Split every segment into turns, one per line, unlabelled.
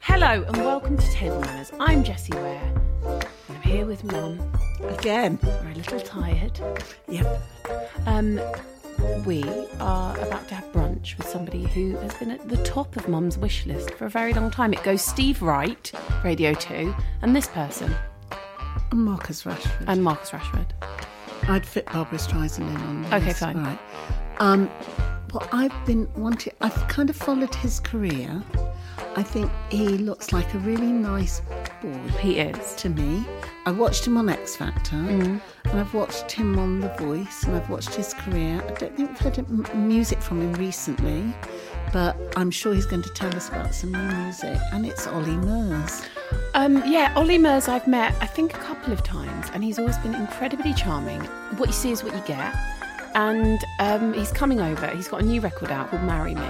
Hello and welcome to Table Manners. I'm Jessie Ware. I'm here with Mum.
Again.
We're a little tired.
Yep.
Um, we are about to have brunch with somebody who has been at the top of Mum's wish list for a very long time. It goes Steve Wright, Radio 2, and this person,
And Marcus Rashford.
and Marcus Rashford.
I'd fit Barbara Streisand in on this.
Okay, fine.
Right. Um, well, I've been wanting, I've kind of followed his career. I think he looks like a really nice boy
He is.
to me. I watched him on X Factor,
Mm.
and I've watched him on The Voice, and I've watched his career. I don't think we've heard m- music from him recently, but I'm sure he's going to tell us about some new music. And it's Ollie Murs.
Um, yeah, Ollie Murs I've met, I think, a couple of times, and he's always been incredibly charming. What you see is what you get. And um, he's coming over. He's got a new record out called Marry Me.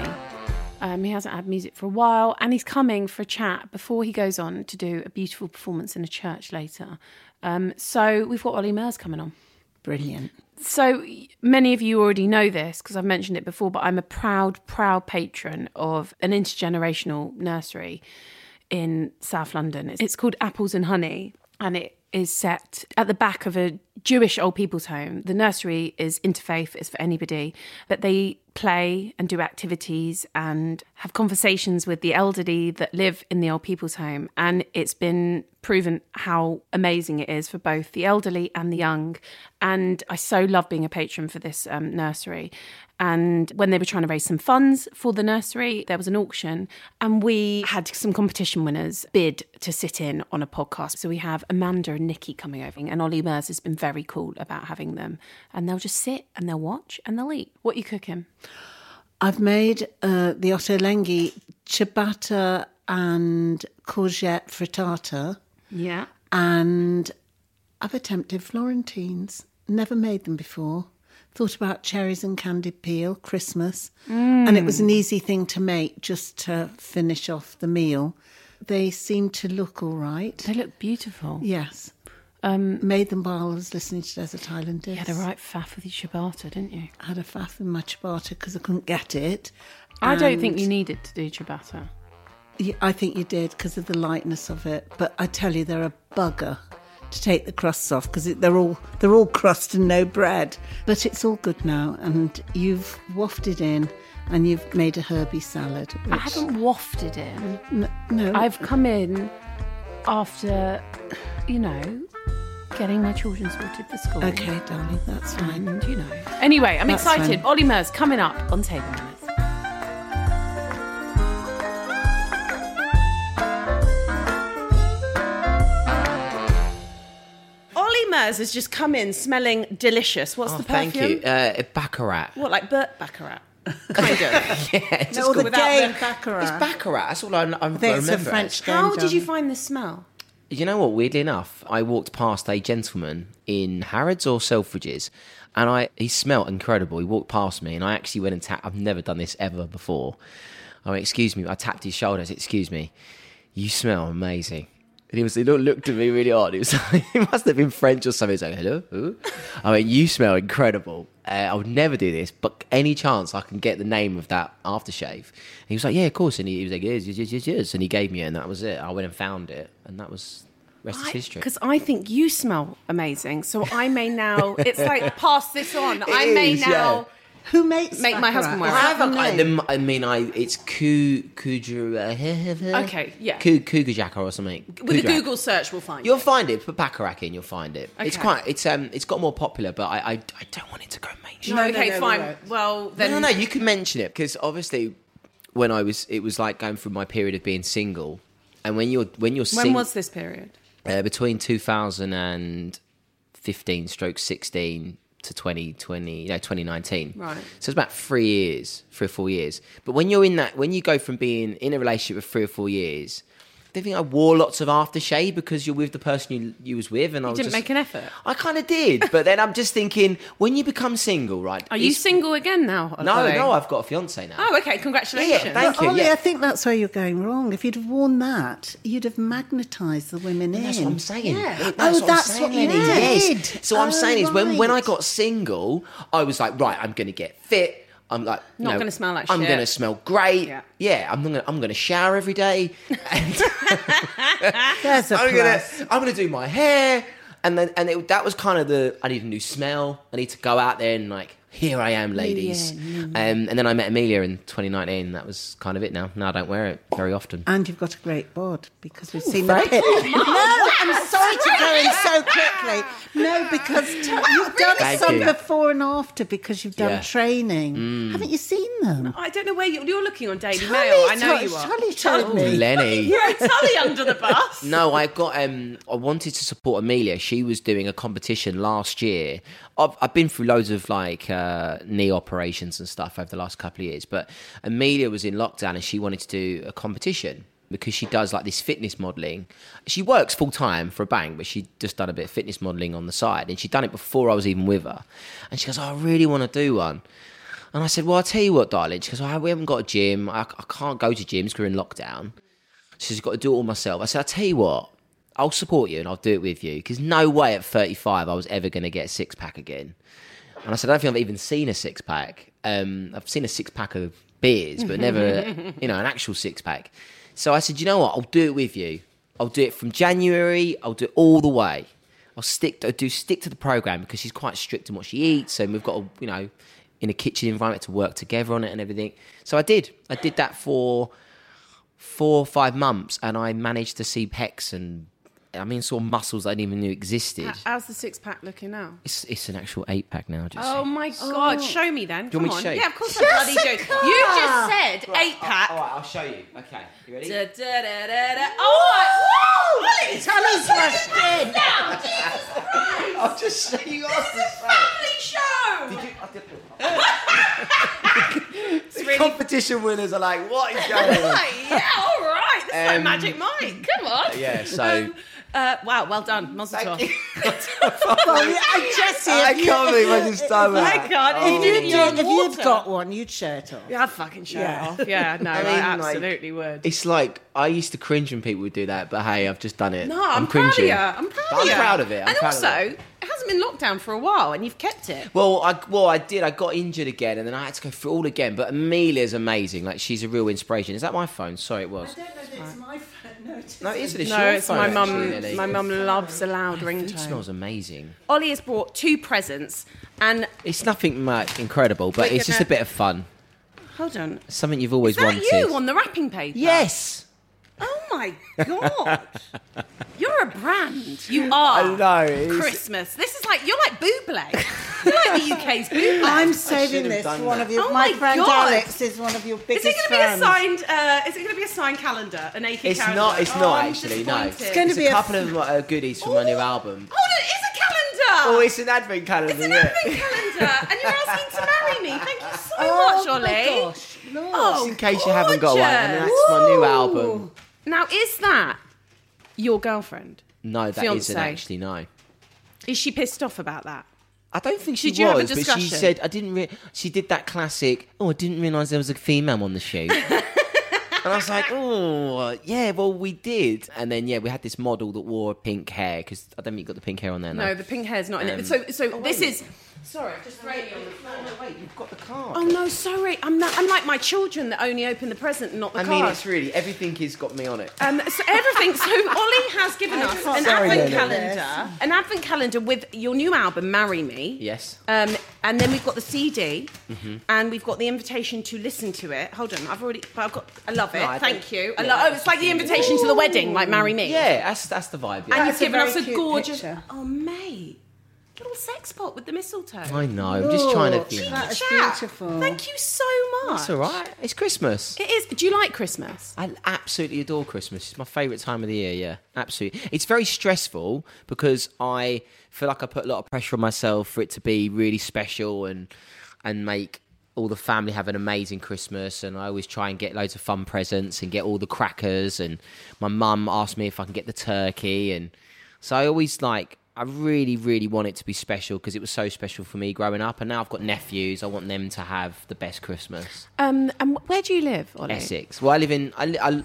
Um, he hasn't had music for a while, and he's coming for a chat before he goes on to do a beautiful performance in a church later. Um, so we've got Ollie Murs coming on.
Brilliant.
So many of you already know this because I've mentioned it before, but I'm a proud, proud patron of an intergenerational nursery in South London. It's, it's called Apples and Honey, and it is set at the back of a Jewish old people's home. The nursery is interfaith, it's for anybody, but they play and do activities and have conversations with the elderly that live in the old people's home. And it's been proven how amazing it is for both the elderly and the young. And I so love being a patron for this um, nursery. And when they were trying to raise some funds for the nursery, there was an auction, and we had some competition winners bid to sit in on a podcast. So we have Amanda and Nikki coming over, and Ollie Mers has been very cool about having them. And they'll just sit and they'll watch and they'll eat. What are you cooking?
I've made uh, the Ottolenghi ciabatta and courgette frittata,
Yeah.
and I've attempted Florentines. Never made them before. Thought about cherries and candied peel, Christmas, and it
Mm.
was an easy thing to make just to finish off the meal. They seemed to look all right.
They look beautiful.
Yes,
Um,
made them while I was listening to Desert Island Discs.
you had a right faff with your ciabatta, didn't you?
I had a faff in my ciabatta because I couldn't get it.
I don't
and-
think you needed to do ciabatta.
Yeah, I think you did because of the lightness of it. But I tell you, they're a bugger to take the crusts off because they're all they're all crust and no bread. But it's all good now, and you've wafted in, and you've made a herby salad. Which,
I haven't wafted in.
N- no,
Mm-hmm. I've come in after, you know, getting my children sorted for school.
okay, darling, that's fine.
And, you know. Anyway, I'm
That's
excited.
fine.
Ollie Murs coming up on Table Manners. Ollie Murs has just come in smelling delicious. What's
Oh,
the perfume?
thank you. Uh, Baccarat.
What, like Burt Baccarat? Kind of.
Yeah, just
No,
called-
the
without
game
them.
baccarat.
It's Baccarat. That's all I, I, I
I think
remember.
it's a French game.
How did you
darling.
find the smell?
You know what? Weirdly enough, I walked past a gentleman in Harrods or Selfridges, and I he smelt incredible. He walked past me, and I actually went and tapped. I've never done this ever before. I went, "Excuse me." I tapped his shoulder. I said, "Excuse me, you smell amazing." And he was he looked- looked at me really hard. He was like, it must have been French or something. He's like, "Hello." who?" I mean, you smell incredible. Uh, I would never do this, but any chance I can get the name of that aftershave? And he was like, "Yeah, of course." And he, he was like, "Yes, yes, yes, yes, yes." And he gave me it, and that was it. I went and found it, and that was rest is history.
Because I think you smell amazing, so I may now. It's like pass this on. I
It
may
is,
now
yeah.
Who makes
Make my husband
baccarat?
wear
Is that
it.
the
I,
name?
the- I mean, I it's Ku Kujura.
Okay, yeah.
Ku Kugajaka or something.
With a
Kujak.
Google search, we'll find
You'll
it.
find it. Put Bacharach in. You'll find it. It's
Okay.
quite. It's um. It's got more popular, but I I, I don't want it to go mainstream.
No,
No, no,
okay,
no, we
fine.
won't.
Well,
No,
then.
no, no. You can mention it because obviously, when I was, it was like going through my period of being single, and when you're when you're
When
sing-
was this period?
uh, between 2015 stroke 16 to 2020 no 2019
Right.
so it's about three years three or four years but when you're in that when you go from being in a relationship of three or four years do you think I wore lots of aftershave because you're with the person you, you was with and I was
didn't
just-
make an effort?
I kind of did but then I'm just thinking when you become single right
Are you
it's-
single again now?
no
Holly?
no I've got a fiance now
Oh, okay. Congratulations.
Yeah, yeah, thank
But
you,
Ollie,
yeah.
I think that's where you're going wrong. If you'd have worn that, you'd have magnetised the women in.
That's what I'm saying.
Yeah.
That's
oh,
what I'm
that's
saying,
what you
Lenny.
did.
Yes. So what I'm
Oh,
saying is when, when I
right.
got single, I was like, right, I'm gonna get fit. I'm like,
Not
you know,
gonna smell like
I'm
shit.
gonna smell great.
Yeah.
Yeah, I'm gonna I'm gonna shower every day. And
There's a
I'm gonna
plus.
I'm gonna do my hair. And then and it, that was kind of the I need a new smell. I need to go out there and like here I am, ladies. Um, and then I met Amelia in 2019. That was kind of it. Now, now I don't wear it very often.
And you've got a great bod because we've seen the pit. No, I'm sorry to go in so quickly. No, because t- you've done
Thank
some
you.
before and after because you've done
Yeah. Mm.
training. Haven't you seen them?
I don't know where you're, you're looking on Daily
Tully
Mail. I know
told-
you are.
Tully told me.
Lenny.
You're a Tully under the bus.
No, I got. Um, I wanted to support Amelia. She was doing a competition last year. I've, I've been through loads of like uh, knee operations and stuff over the last couple of years, but Amelia was in lockdown and she wanted to do a competition because she does like this fitness modeling. She works full time for a bank, but she just done a bit of fitness modeling on the side, and she'd done it before I was even with her. And she goes, "Oh, "I really want to do one." And I said, "Well, I'll tell you what, darling." She goes, well, "We haven't got a gym. I, I can't go to gyms because we're in lockdown." She says, "Got to do it all myself." I said, "I'll tell you what. I'll support you and I'll do it with you because no way at 35 I was ever going to get a six pack again." And I said, "I don't think I've even seen a six pack. Um, I've seen a six pack of beers, but never, you know, an actual six pack." So I said, "You know what? I'll do it with you. I'll do it from January. I'll do it all the way. I'll stick. I do stick to the program because she's quite strict in what she eats, and we've got to, you know." In a kitchen environment to work together on it and everything. So I did. I did that for four or five months and I managed to see pecs and I mean saw muscles I didn't even knew existed.
How's the six pack looking now?
It's, it's an actual eight pack now. Just
Oh my god! Show me then.
Do you
Come
want me to
on.
show you?
Yeah, of course I bloody do. You just said eight pack.
right, Oh, I'll show you. Okay, you ready?
Da, da, da, da, da. Oh, my- Whoa! Tell us what's dead.
I'll just show you.
This is family show.
Competition winners are like, what is going on?
Right, yeah, all right. This is like
Um,
Magic Mike. Come on.
yeah, so-
Um, uh, wow, well done, Mazel Tov. Um,
Well, yeah, and Jesse,
I
if you-
can't believe I just done
My
that.
God,
If,
you
you did, if
water.
you'd got one, you'd share it off.
Yeah, I'd fucking show
Yeah.
it off. Yeah, no, I,
mean, like-
absolutely would.
It's like I used to cringe when people would do that, but hey, I've just done it.
No, I'm, proud of
cringing.
you. I'm proud
But
of you.
I'm proud of it. I'm
and
proud of
also,
it.
hasn't been locked down for a while, and you've kept it.
Well, I well I did. I got injured again, and then I had to go through it all again. But Amelia's amazing. Like she's a real inspiration. Is that my phone? Sorry, it was.
don't know that it's my phone. No, it
No, it isn't. It's
No,
your
it's
phone,
my
actually,
mum.
Lily.
My mum loves a loud
It
ringtone.
smells amazing.
Ollie has brought two presents, and
It's nothing much incredible, but
We're
it's just
gonna-
a bit of fun.
hold on, is
Something you've always
that
wanted.
you on the wrapping paper?
yes.
Oh my god! You're a brand. You are.
know, it is-
Christmas. This is like you're like Buble. You're like the UK's Buble.
I'm
should
saving
have
this
done
for one
that.
of your.
Oh
my,
my
friend
God.
Alex is one of your
Is
biggest
it going to be a
fans.
signed? Uh, is it going to be a signed calendar? An naked
It's
calendar?
not. It's
Oh,
not
I'm
actually. No.
disappointed.
It's
gonna
It's
be
a
a
couple of uh, goodies from my new album.
Hold on, it is a calendar.
Oh, it's an advent calendar.
It's an
yeah.
advent calendar, and you're asking to marry me. Thank you so
Oh
much,
my
Ollie.
gosh, Lord.
Oh,
Just in case you haven't got one, and
gorgeous.
that's my new album.
Now, is that your girlfriend?
No, that
Fiance.
not actually. No.
Is she pissed off about that?
I don't think she
Did you have a
was, but she
discussion?
said I didn't. Re- she did that classic. Oh, I didn't realise there was a female on the shoot. and I was like, oh yeah, well we did. And then yeah, we had this model that wore pink hair because I don't think you got the pink hair on there. No,
Um, oh, No, the pink hair's not in it. So, so this is
Sorry, just right on the floor.
Wait, you've got the card.
Oh no, sorry. I'm not, I'm like my children that only open the present, and not the
I
card.
mean, it's really everything has got me on it.
Um, so everything. So Ollie has given us an
Sorry,
advent
Lena.
calendar, an advent calendar with your new album, "Marry Me."
Yes.
Um, and then we've got the CD,
Mm-hmm.
and we've got the invitation to listen to it. Hold on, I've already. But I've got. I love it.
No, I
Thank
think-
you. I love. Oh, it's like the invitation to the wedding, like "Marry Me."
Yeah, that's that's the vibe.
And
Yeah.
you've
That's a
given us
very
a
cute
gorgeous.
picture.
Oh, mate, little sex pot with the mistletoe.
I know. I'm just trying
Oh,
to.
Look,
Think.
that- That's
Chat.
beautiful.
Thank you so much.
That's all right. It's Christmas.
It is. Do you like Christmas?
I absolutely adore Christmas. It's my favourite time of the year, yeah. Absolutely. It's very stressful because I feel like I put a lot of pressure on myself for it to be really special and and make all the family have an amazing Christmas and I always try and get loads of fun presents and get all the crackers and my mum asked me if I can get the turkey and so I always like I really, really want it to be special because it was so special for me growing up, and now I've got nephews. I want them to have the best Christmas.
Um, and wh- where do you live, Ollie?
Essex. Well, I live in. I, li- I,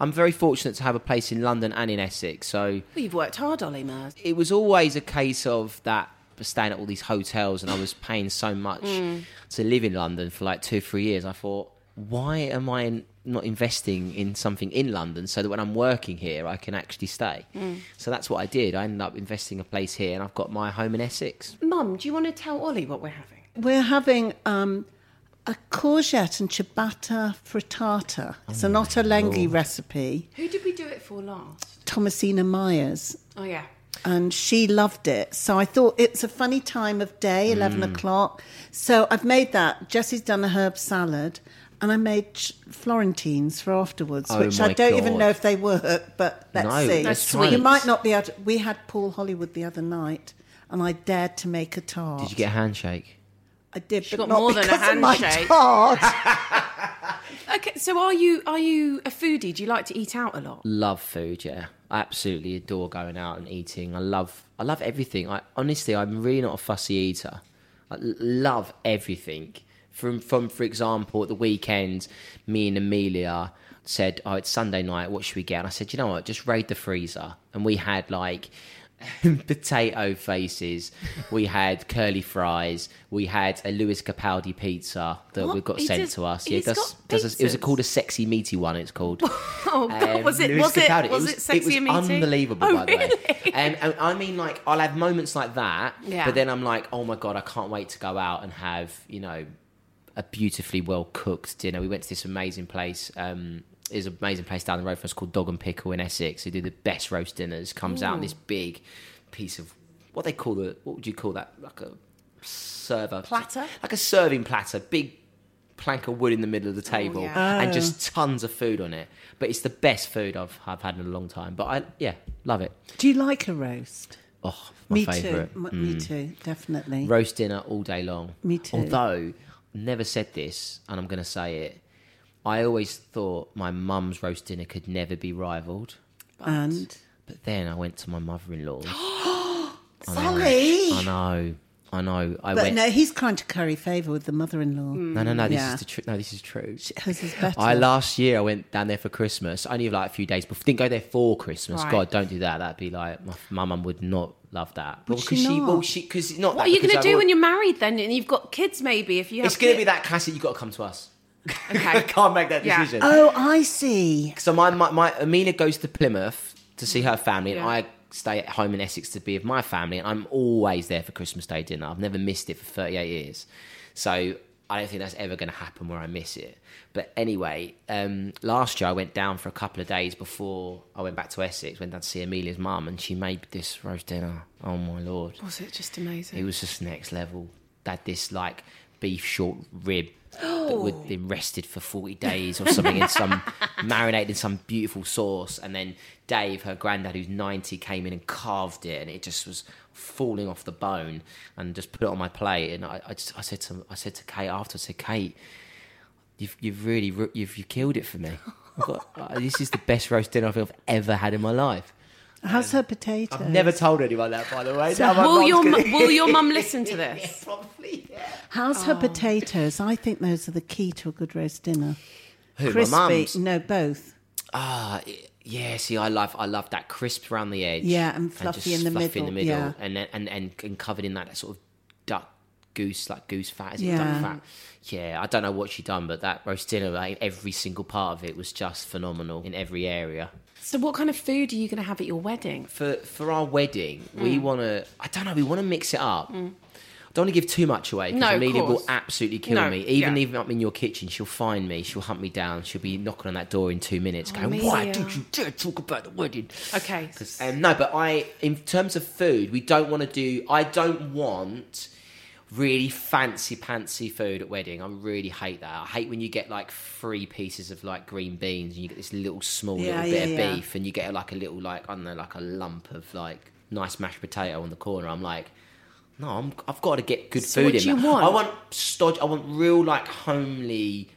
am very fortunate to have a place in London and in Essex. So
Well, you've worked hard, Ollie Mars.
it was always a case of that staying at all these hotels, and I was paying so much to live in London for like two, three years. I thought, why am I n- not investing in something in London so that when I'm working here, I can actually stay? So that's what I did. I ended up investing a place here, and I've got my home in Essex.
Mum, do you want to tell Ollie what we're having?
We're having um, a courgette and ciabatta frittata. It's
Oh
an Ottolenghi recipe.
Who did we do it for last?
Thomasina Myers,
Oh yeah.
and she loved it. So I thought it's a funny time of day,
Hmm.
11 o'clock. So I've made that. Jesse's done a herb salad, and I made ch- Florentines for afterwards,
Oh
which
my
I don't even
God.
know if they work, but let's
No,
see.
let's
try
You
it.
might not be able to. We had Paul Hollywood the other night, and I dared to make a tart.
Did you get a handshake?
I did,
She
but
got
not
more than a
because of my
handshake.
tart.
Okay, so are you are you a foodie? Do you like to eat out a lot?
love food yeah i absolutely adore going out and eating i love i love everything i honestly i'm really not a fussy eater i l- love everything from from for example at the weekend me and amelia said oh it's sunday night what should we get and i said you know what just raid the freezer and we had like potato faces we had curly fries we had a lewis capaldi pizza that
What?
we got
He
sent
does-
to us
he's
does-
got
does a- it was
pizzas?
called a sexy meaty one it's called
Oh, God,
um,
was it
Lewis
was it
Capaldi.
was it sexy
it
and
was
meaty?
unbelievable,
Oh,
by the way.
really?
Um, and I mean, like, I'll have moments like that,
Yeah.
but then I'm like, oh my god, I can't wait to go out and have, you know, a beautifully well cooked dinner. We went to this amazing place. Um, there's an amazing place down the road from us called Dog and Pickle in Essex. They do the best roast dinners. Comes out in this big piece of what they call the what would you call that like a server
Platter?
like a serving platter, big plank of wood in the middle of the table,
yeah.
and
Oh.
just tons of food on it. But it's the best food I've I've had in a long time. But I yeah love it.
Do you like a roast?
Oh, my Mm.
me
favorite
too. M- Me too, definitely.
roast dinner all day long.
Me too.
Although never said this, and I'm going to say it. I always thought my mum's roast dinner could never be rivaled.
and
But then I went to my mother-in-law's.
Ollie.
I know, I know. I
But
went.
no, he's trying to curry favour with the mother-in-law.
No, no, no. This
Yeah.
is the truth. No, this is true.
Hers is better.
I last year I went down there for Christmas. Only like a few days before. Didn't go there for Christmas.
Right.
God, don't do that. That'd be like my, my mum would not love that.
Would
Well,
she
'cause she, well,
not?
she, because not.
What are you going to do when you're married then, and you've got kids? Maybe if you have
It's going to be that classic. You got to come to us. I
Okay.
can't make that
Yeah.
decision.
Oh, I see.
So my, my my Amelia goes to Plymouth to see her family, and
Yeah.
I stay at home in Essex to be with my family. And I'm always there for Christmas Day dinner. I've never missed it for 38 years. So I don't think that's ever going to happen where I miss it. But anyway, um, last year I went down for a couple of days before I went back to Essex. Went down to see Amelia's mum, and she made this roast dinner. Oh my lord!
Was it just amazing?
It was just next level. They had this like beef short rib that would been rested for forty days or something in some marinated in some beautiful sauce, and then Dave, her granddad, who's ninety, came in and carved it, and it just was falling off the bone, and just put it on my plate, and I, I, just, I said to I said to Kate after, I said Kate, you've you've really ru- you've you killed it for me. I've got, uh, this is the best roast dinner I think I've ever had in my life.
How's her potato?
I've never told anyone that, by the way.
So
Now my
Will
mum's
your
gonna-
mu- will your mum listen to this?
Probably, yeah.
How's her potatoes? I think those are the key to a good roast dinner.
Who,
Crispy.
my mum's?
No, both.
Ah, it- yeah. See, I love, I love that crisp around the edge.
Yeah, and fluffy in the
fluffy in the
middle,
middle,
yeah.
and, then- and and and covered in that sort of duck goose, like goose fat. Is it
Yeah.
duck fat? Yeah, I don't know what she done, but that roast dinner, like, every single part of it was just phenomenal in every area.
So, what kind of food are you going to have at your wedding?
for for our wedding,
Mm.
we want to. I don't know. We want to mix it up. I don't want to give too much away
No,
because
of
Amelia will
course.
absolutely kill
No,
me. Even
yeah.
even up in your kitchen, she'll find me. She'll hunt me down. She'll be knocking on that door in two minutes, going, "Why
Amelia.
don't you dare talk about the wedding?"
Okay.
'Cause- um, no, but I, in terms of food, we don't want to do. I don't want really fancy pantsy food at wedding. I really hate that. I hate when you get like three pieces of like green beans and you get this little small
Yeah,
little
yeah,
bit
yeah.
of beef and you get like a little like I don't know like a lump of like nice mashed potato on the corner. I'm like. No, I'm, I've got to get good
So
food
what
in
do you
there.
want?
I want stodgy. I want real, like, homely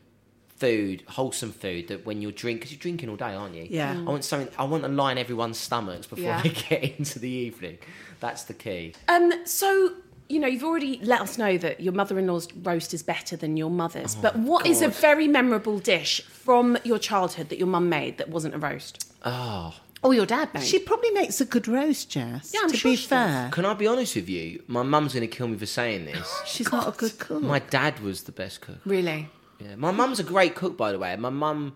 food, wholesome food that when you're drink, because you're drinking all day, aren't you?
Yeah.
I want something. I want to line everyone's stomachs before
Yeah.
I get into the evening. That's the key.
Um, so you know, you've already let us know that your mother-in-law's roast is better than your mother's. but what is a very memorable dish from your childhood that your mum made that wasn't a roast?
Oh,
Or your dad made?
She probably makes a good roast, Jess.
Yeah, I'm
to
sure
be
she does.
fair,
can I be honest with you? My mum's gonna kill me for saying this.
she's not a good cook.
My dad was the best cook.
really?
Yeah. My mum's a great cook, by the way. My mum,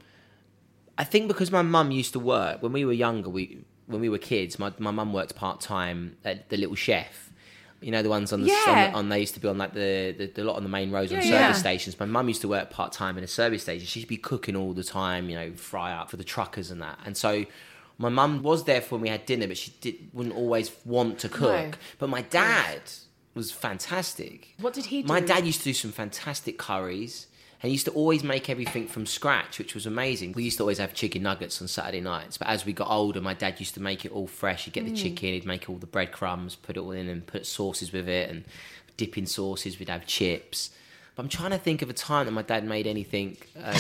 I think because my mum used to work when we were younger. We when we were kids, my my mum worked part time at the Little Chef. You know the ones on the,
Yeah.
on, the on they used to be on like the, the, the lot on the main roads on
Yeah,
service
yeah.
stations. My mum used to work part time in a service station. She'd be cooking all the time, you know, fry up for the truckers and that. And so my mum was there for when we had dinner, but she did, wouldn't always want to cook. But my dad was fantastic.
What did he
My
do?
dad used to do some fantastic curries. And he used to always make everything from scratch, which was amazing. We used to always have chicken nuggets on Saturday nights. But as we got older, my dad used to make it all fresh. He'd get
Hmm.
the chicken, he'd make all the breadcrumbs, put it all in and put sauces with it and dipping sauces. We'd have chips. But I'm trying to think of a time that my dad made anything. Um,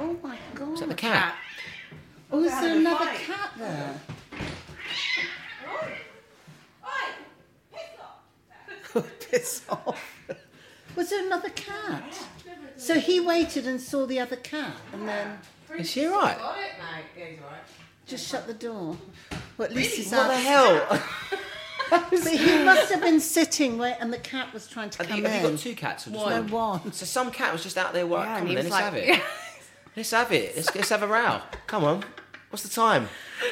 Oh my god!
the cat.
Oh, is there another cat there? Piss off. Was there another cat? So he waited and saw the other cat and then
Is she alright?
just shut the door. Well, at least he's
What
out.
the hell?
But he must have been sitting where, and the cat was trying to
Have
come
you, have you
in.
got two cats or just
One.
one?
No, one.
So some cat was just out there working.
Yeah,
Come
and
on,
he
then,
was
let's
like-
have it. Let's have it. Let's, let's have a row. Come on. What's the time?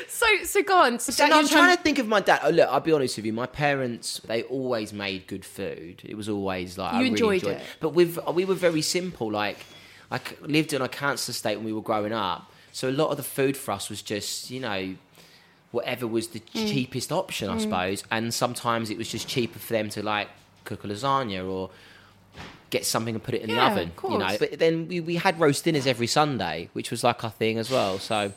So, so go on. So
Dad,
now
I'm trying to think of my dad. Oh, look, I'll be honest with you. My parents, they always made good food. It was always like I
You
really
enjoyed it.
But we've we were very simple. Like I c- lived in a cancer state when we were growing up, so a lot of the food for us was just you know whatever was the
Mm.
cheapest option, I suppose. And sometimes it was just cheaper for them to like cook a lasagna or get something and put it in
Yeah,
the oven,
of
you know.
course.
But then we, we had roast dinners every Sunday, which was like our thing as well. So.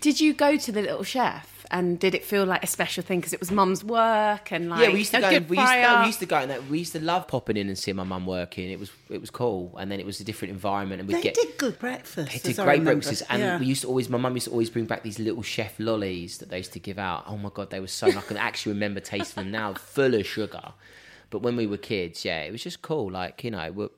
Did you go to the little chef? And did it feel like a special thing because it was mum's work and like
yeah, we used to
a
go.
good
We used to, no,
fire?
we used to go, and that, we used to love popping in and seeing my mum working. It was it was cool, and then it was a different environment, and we
They
would get.
did good breakfast.
they
as
did
I
great
remember.
breakfasts, and
Yeah.
we used to always. My mum used to always bring back these little chef lollies that they used to give out. Oh my god, they were so. I can actually remember tasting them now, full of sugar. But when we were kids, yeah, it was just cool. Like you know, we're,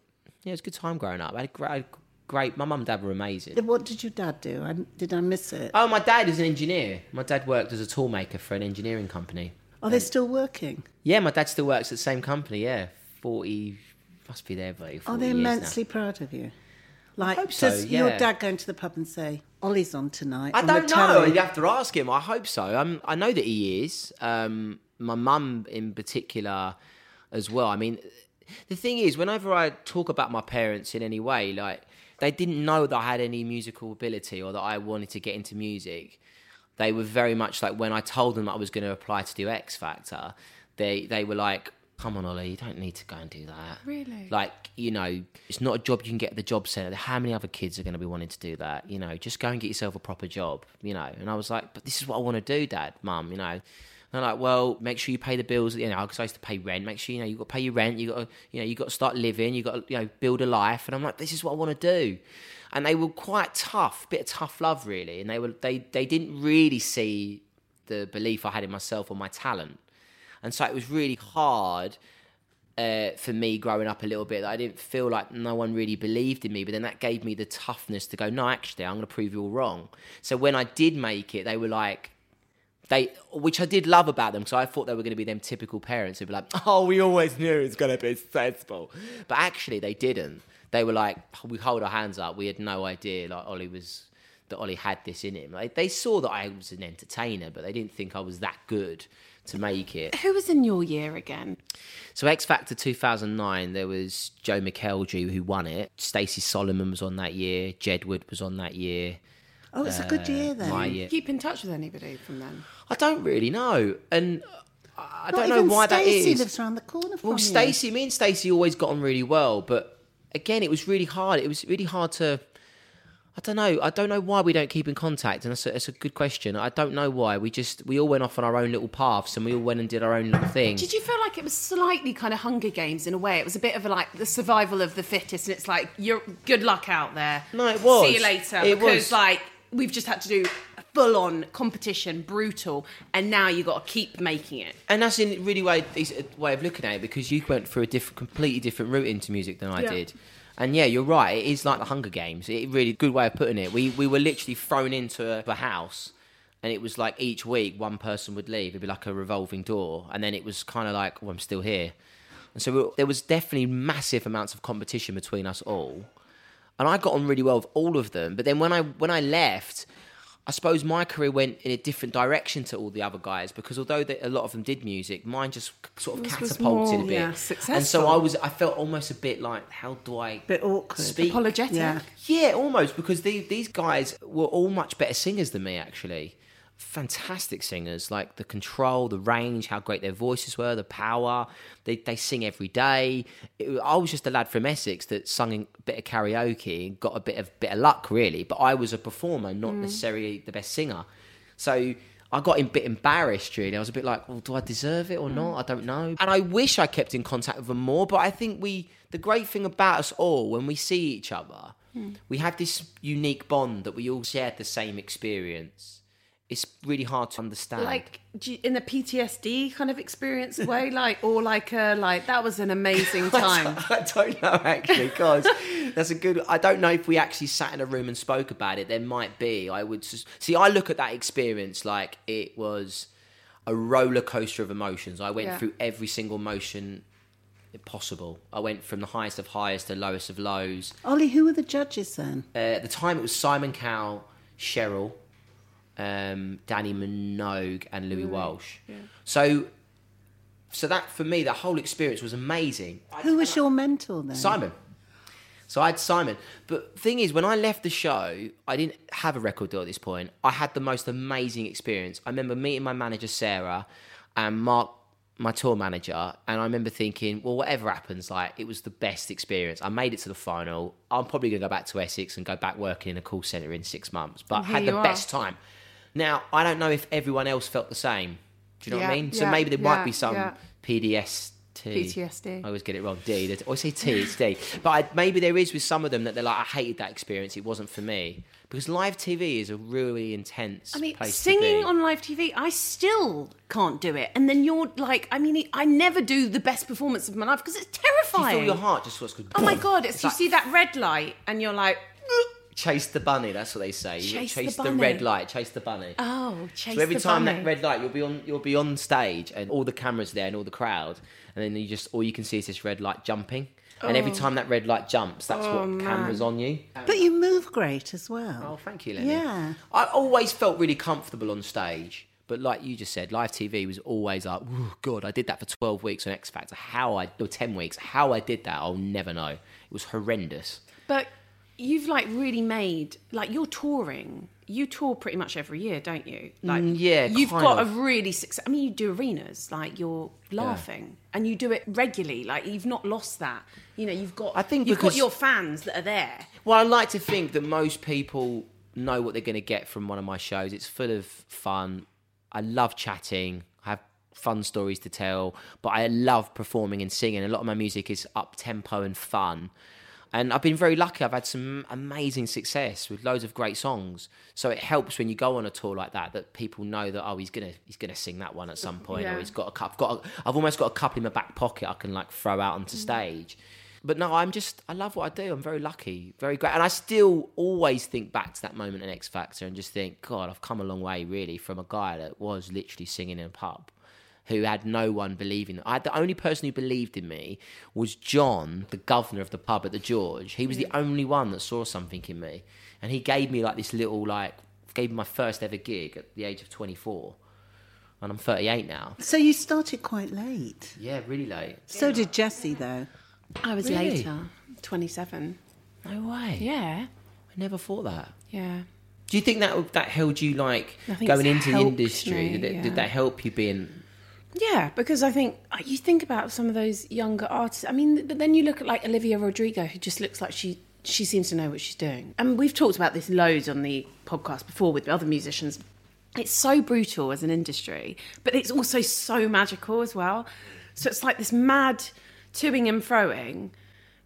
yeah, it was a good time growing up. I had a great, great. My mum and dad were amazing.
What did your dad do? I, did I miss it?
Oh, my dad is an engineer. My dad worked as a tool maker for an engineering company.
Are they still working?
Yeah, my dad still works at the same company. Yeah, forty must be there very.
Are
40
they
years now.
immensely proud of you? Like,
hope so,
does your
yeah.
dad go into the pub and say, Ollie's on tonight?
I
on the
don't know.
telly?"
You'd have to ask him. I hope so. Um, I know that he is. Um, my mum in particular, as well. I mean, the thing is, whenever I talk about my parents in any way, like they didn't know that I had any musical ability or that I wanted to get into music. They were very much like when I told them I was going to apply to do X Factor, they they were like, "Come on, Ollie, you don't need to go and do that."
Really?
Like, you know, it's not a job you can get at the job centre. How many other kids are going to be wanting to do that? You know, just go and get yourself a proper job, you know. And I was like, but this is what I want to do, Dad, Mum, you know. And they're like, well, make sure you pay the bills. You know, because I used to pay rent. Make sure you know you got to pay your rent. You got to, you know, you got to start living. You got to, you know, build a life. And I'm like, this is what I want to do. And they were quite tough, bit of tough love, really. And they were, they, they didn't really see the belief I had in myself or my talent. And so it was really hard uh, for me growing up a little bit that I didn't feel like no one really believed in me. But then that gave me the toughness to go, no, actually, I'm going to prove you all wrong. So when I did make it, they were like, They, which I did love about them, because I thought they were going to be them typical parents who'd be like, "Oh, we always knew it's going to be successful," but actually they didn't. They were like, "We hold our hands up. We had no idea like Ollie was that Ollie had this in him." Like they saw that I was an entertainer, but they didn't think I was that good to make it.
Who was in your year again?
So X Factor 2009, there was Joe McKeldry who won it. Stacey Solomon was on that year. Jedward was on that year.
Oh, it's a
Uh,
good year then.
My year.
Keep in touch with anybody from then.
I don't really know, and I I
Not
don't know
even
why
Stacey
that is.
lives around the corner from
Well,
you.
Stacey, me and Stacey always got on really well, but again, it was really hard. It was really hard to. I don't know. I don't know why we don't keep in contact, and that's a, that's a good question. I don't know why. We just we all went off on our own little paths, and we all went and did our own little thing.
Did you feel like it was slightly kind of Hunger Games in a way? It was a bit of a, like the survival of the fittest, and it's like you're good luck out there.
No, it was.
See you later.
It
because
was.
like we've just had to do a full-on competition, brutal, and now you got to keep making it.
and that's in really way is a way of looking at it because you went through a different, completely different route into music than I
Yeah.
did. And yeah, you're right. It is like the Hunger Games. It really good way of putting it. We we were literally thrown into a, a house, and it was like each week one person would leave. It'd be like a revolving door, and then it was kind of like, well, I'm still here. And so we, there was definitely massive amounts of competition between us all and I got on really well with all of them. But then when I when I left, I suppose my career went in a different direction to all the other guys because although they, a lot of them did music, mine just sort of
Yours was
catapulted
more,
a bit.
yeah,
And so I
successful.
was I felt almost a bit like how do I
Bit awkward.
speak?
Apologetic.
Yeah.
Yeah, almost because the, these guys were all much better singers than me actually. Fantastic singers, like the control, the range, how great their voices were, the power. They, they sing every day. It, I was just a lad from Essex that sung in a bit of karaoke and got a bit of bit of luck really, but I was a performer, not
Mm.
necessarily the best singer. So I got a bit embarrassed, really. I was a bit like, well, do I deserve it or not? I don't know. Mm. And I wish I kept in contact with them more, but I think we, the great thing about us all, when we see each other, we have this unique bond that we all shared the same experience. It's really hard to understand.
Like do you- in a PTSD kind of experience way, like or like a like that was an amazing time.
I don't know actually, guys. that's a good. I don't know if we actually sat in a room and spoke about it. There might be. I would sus- see. I look at that experience like it was a roller coaster of emotions. I went
Yeah.
through every single motion possible. I went from the highest of highs to lowest of lows.
Ollie, who were the judges then?
Uh, at the time, it was Simon Cowell, Cheryl, um, Danny Minogue, and
Mm,
Louis Walsh. So, so that for me, the whole experience was amazing.
Who was your mentor then?
Simon. So I had Simon. But thing is, when I left the show, I didn't have a record deal at this point. I had the most amazing experience. I remember meeting my manager Sarah and Mark, my tour manager, and I remember thinking, well, whatever happens, like it was the best experience. I made it to the final. I'm probably gonna go back to Essex and go back working in a call centre in six months. But I had
here
the
you
best time. Now, I don't know if everyone else felt the same. Do you know what I
Yeah,
mean? So
yeah,
maybe there
yeah,
might be some
yeah.
PDS T.
PTSD.
I always get it wrong. D. They always say T. It's D. But I, maybe there is with some of them that they're like, I hated that experience. It wasn't for me because live TV is a really intense.
I mean,
place
singing
to be.
on live TV, I still can't do it. And then you're like, I mean, I never do the best performance of my life because it's
you
terrifying.
feel your heart just was.
Oh my god! It's, you see that red light, and you're like,
Chase the bunny. That's what they say. You
Chase the
chase the,
bunny.
red light. Chase the bunny.
oh, chase
so every
the
time
bunny.
that red light, you'll be on you'll be on stage, and all the cameras there, and all the crowd, and then you just all you can see is this red light jumping. And
Oh.
every time that red light jumps, that's what cameras on you.
But you move great as well.
Oh, thank you, Lenny.
Yeah.
I always felt really comfortable on stage. But like you just said, live TV was always like, oh, God, I did that for 12 weeks on X Factor. How I, or 10 weeks, how I did that, I'll never know. It was horrendous.
But you've like really made like you're touring. You tour pretty much every year, don't you? Like,
Mm, yeah,
you've
kind
got
of.
a really success. I mean, you do arenas, like you're laughing, and you do it regularly. Like you've not lost that. You know, you've got.
I think
you've got
because-
your fans that are there.
Well, I like to think that most people know what they're going to get from one of my shows. It's full of fun. I love chatting. I have fun stories to tell, but I love performing and singing. A lot of my music is up tempo and fun. And I've been very lucky. I've had some amazing success with loads of great songs. So it helps when you go on a tour like that that people know that oh he's gonna he's gonna sing that one at some point or
Yeah.
he's got a cup. Got a, I've almost got a couple in my back pocket I can like throw out onto stage. But no, I'm just, I love what I do. I'm very lucky, very great. And I still always think back to that moment in X Factor and just think, God, I've come a long way, really, from a guy that was literally singing in a pub who had no one believing. I, the only person who believed in me was John, the governor of the pub at the George. He was the only one that saw something in me. And he gave me like this little, like, gave me my first ever gig at the age of 24. And I'm 38 now.
So you started quite late.
Yeah, really late.
So did Jesse,
Oh,
though.
I was
Really?
later, 27.
No way.
Yeah.
I never thought that.
Yeah.
Do you think that that held you like
I think
going
it's
into the
helped
industry?
me,
did, it,
yeah.
did that help you being?
Yeah, because I think uh, you think about some of those younger artists. I mean, but then you look at like Olivia Rodrigo, who just looks like she she seems to know what she's doing. And we've talked about this loads on the podcast before with other musicians. It's so brutal as an industry, but it's also so magical as well. So it's like this mad toing and froing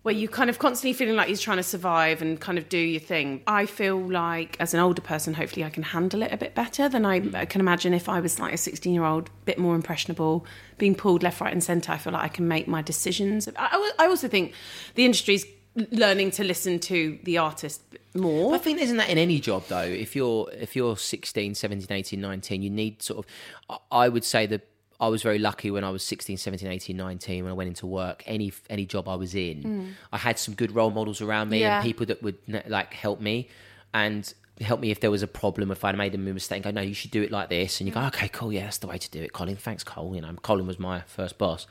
where you kind of constantly feeling like you're trying to survive and kind of do your thing. I feel like as an older person, hopefully I can handle it a bit better than I I can imagine if I was like a 16 year old, bit more impressionable, being pulled left, right, and centre. I feel like I can make my decisions. I- I, al- I also think the industry's learning to listen to the artist more.
I think isn't that in any job though? If you're if you're 16, 17, 18, 19, you need sort of. I I would say that I was very lucky when I was 16, 17, 18, 19 when I went into work. Any any job I was in, I had some good role models around me
Mm. Yeah.
and people that would ne- like help me and help me if there was a problem if I'd made a mistake. And go, no, you should do it like this, and you
Mm.
go, okay, cool, yeah, that's the way to do it. Colin, thanks, Colin. You know, Colin was my first boss,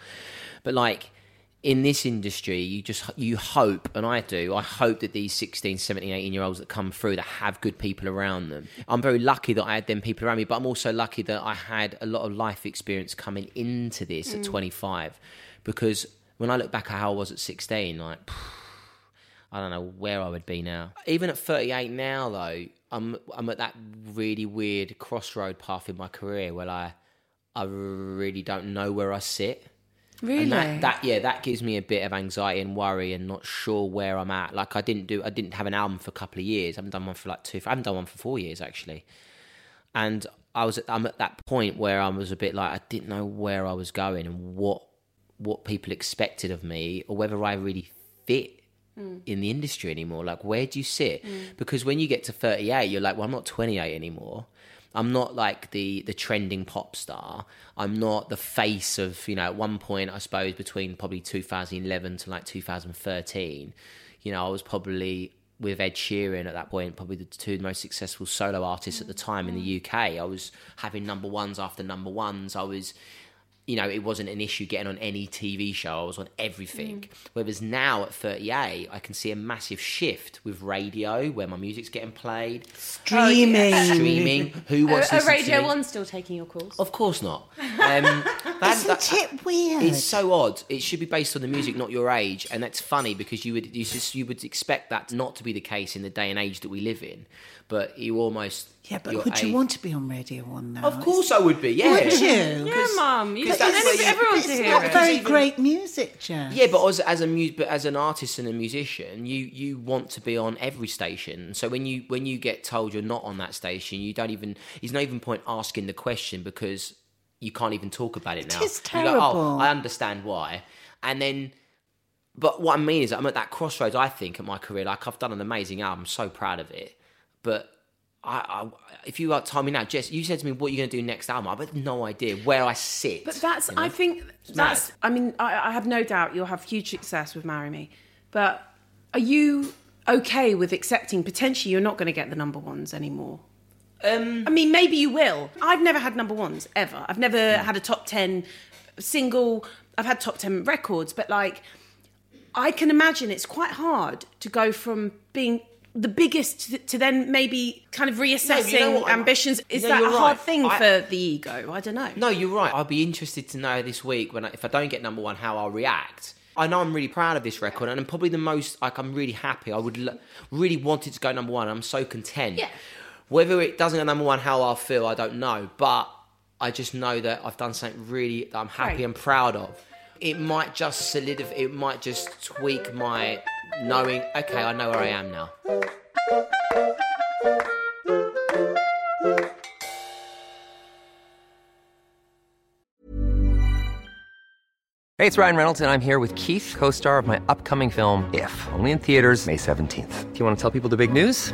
but like in this industry you just you hope and i do i hope that these 16 17 18 year olds that come through that have good people around them i'm very lucky that i had them people around me but i'm also lucky that i had a lot of life experience coming into this at 25 because when i look back at how i was at 16 like I don't know where I would be now. Even at 38 now, though, I'm I'm at that really weird crossroad path in my career where I I really don't know where I sit. Really? that, that yeah, that gives me a bit of anxiety and worry and not sure where I'm at. Like I didn't do I didn't have an album for a couple of years. I haven't done one for like two. I haven't done one for four years actually and I was at, I'm at that point where I was a bit like I didn't know where I was going and what what people expected of me or whether I really fit in the industry anymore like where do you sit because when you get to 38 you're like well I'm not 28 anymore I'm not like the the trending pop star I'm not the face of you know at one point I suppose between probably 2011 to like 2013 you know I was probably with Ed Sheeran at that point, probably the two most successful solo artists at the time in the UK. I was having number ones after number ones. I was, you know, it wasn't an issue getting on any TV show. I was on
Mm.
everything. Whereas now at 38, I can see a massive shift with radio, where my music's getting played,
Dreaming.
streaming. Who wants
A
to listen to
Radio
me?
One still taking your calls.
Of course not. Um, that's
Isn't it weird?
it's so odd. It should be based on the music, not your age, and that's funny because you would you, just, you would expect that not to be the case in the day and age that we live in. But you almost
yeah, but
your
would you
age-
want to be on Radio 1 now?
Of course, I would be. Yeah,
Would you?
yeah, Mum. You
'cause
don't
that's
need
where you-
everyone
It's
to
not
hear it.
very
Even-
great music, Jess.
Yeah, but as, as a mu- but as an artist and a musician, you you want to be on every station. So when you when you get told you're not on that station, you don't even. There's no even point asking the question because you can't even talk about it now.
is
You go,
terrible.
oh, I understand why. And then, but what I mean is, I'm at that crossroads. I think at my career, like I've done an amazing album, so proud of it. But I, I if you like, told me now, Jess, you said to me, "What are you going to do next album?" I've had no idea where I sit.
But that's, I think, that's, I mean, I, I have no doubt you'll have huge success with Marry Me. But are you okay with accepting potentially you're not going to get the number ones anymore? Um, I mean, maybe you will. I've never had number ones ever. I've never had a top 10 single. I've had top 10 records, but like, I can imagine it's quite hard to go from being the biggest to, to then maybe kind of reassessing
what? I'm-
ambitions. Is
No,
that a
you're
hard
right.
thing
I-
for the ego? I don't know.
No, you're right. I'll be interested to know this week when I, if I don't get number one, how I'll react. I know I'm really proud of this record, and I'm probably the most like I'm really happy. I would lo- really want it to go number one. I'm so content.
Yeah.
Whether it doesn't go number one, how I'll feel, I don't know. But I just know that I've done something really that I'm happy
Right.
and proud of. It might just solidify. It might just tweak my knowing. Okay, I know where I am now.
Hey, it's Ryan Reynolds, and I'm here with Keith, co star of my upcoming film, If, only in theaters, May 17th. Do you want to tell people the big news?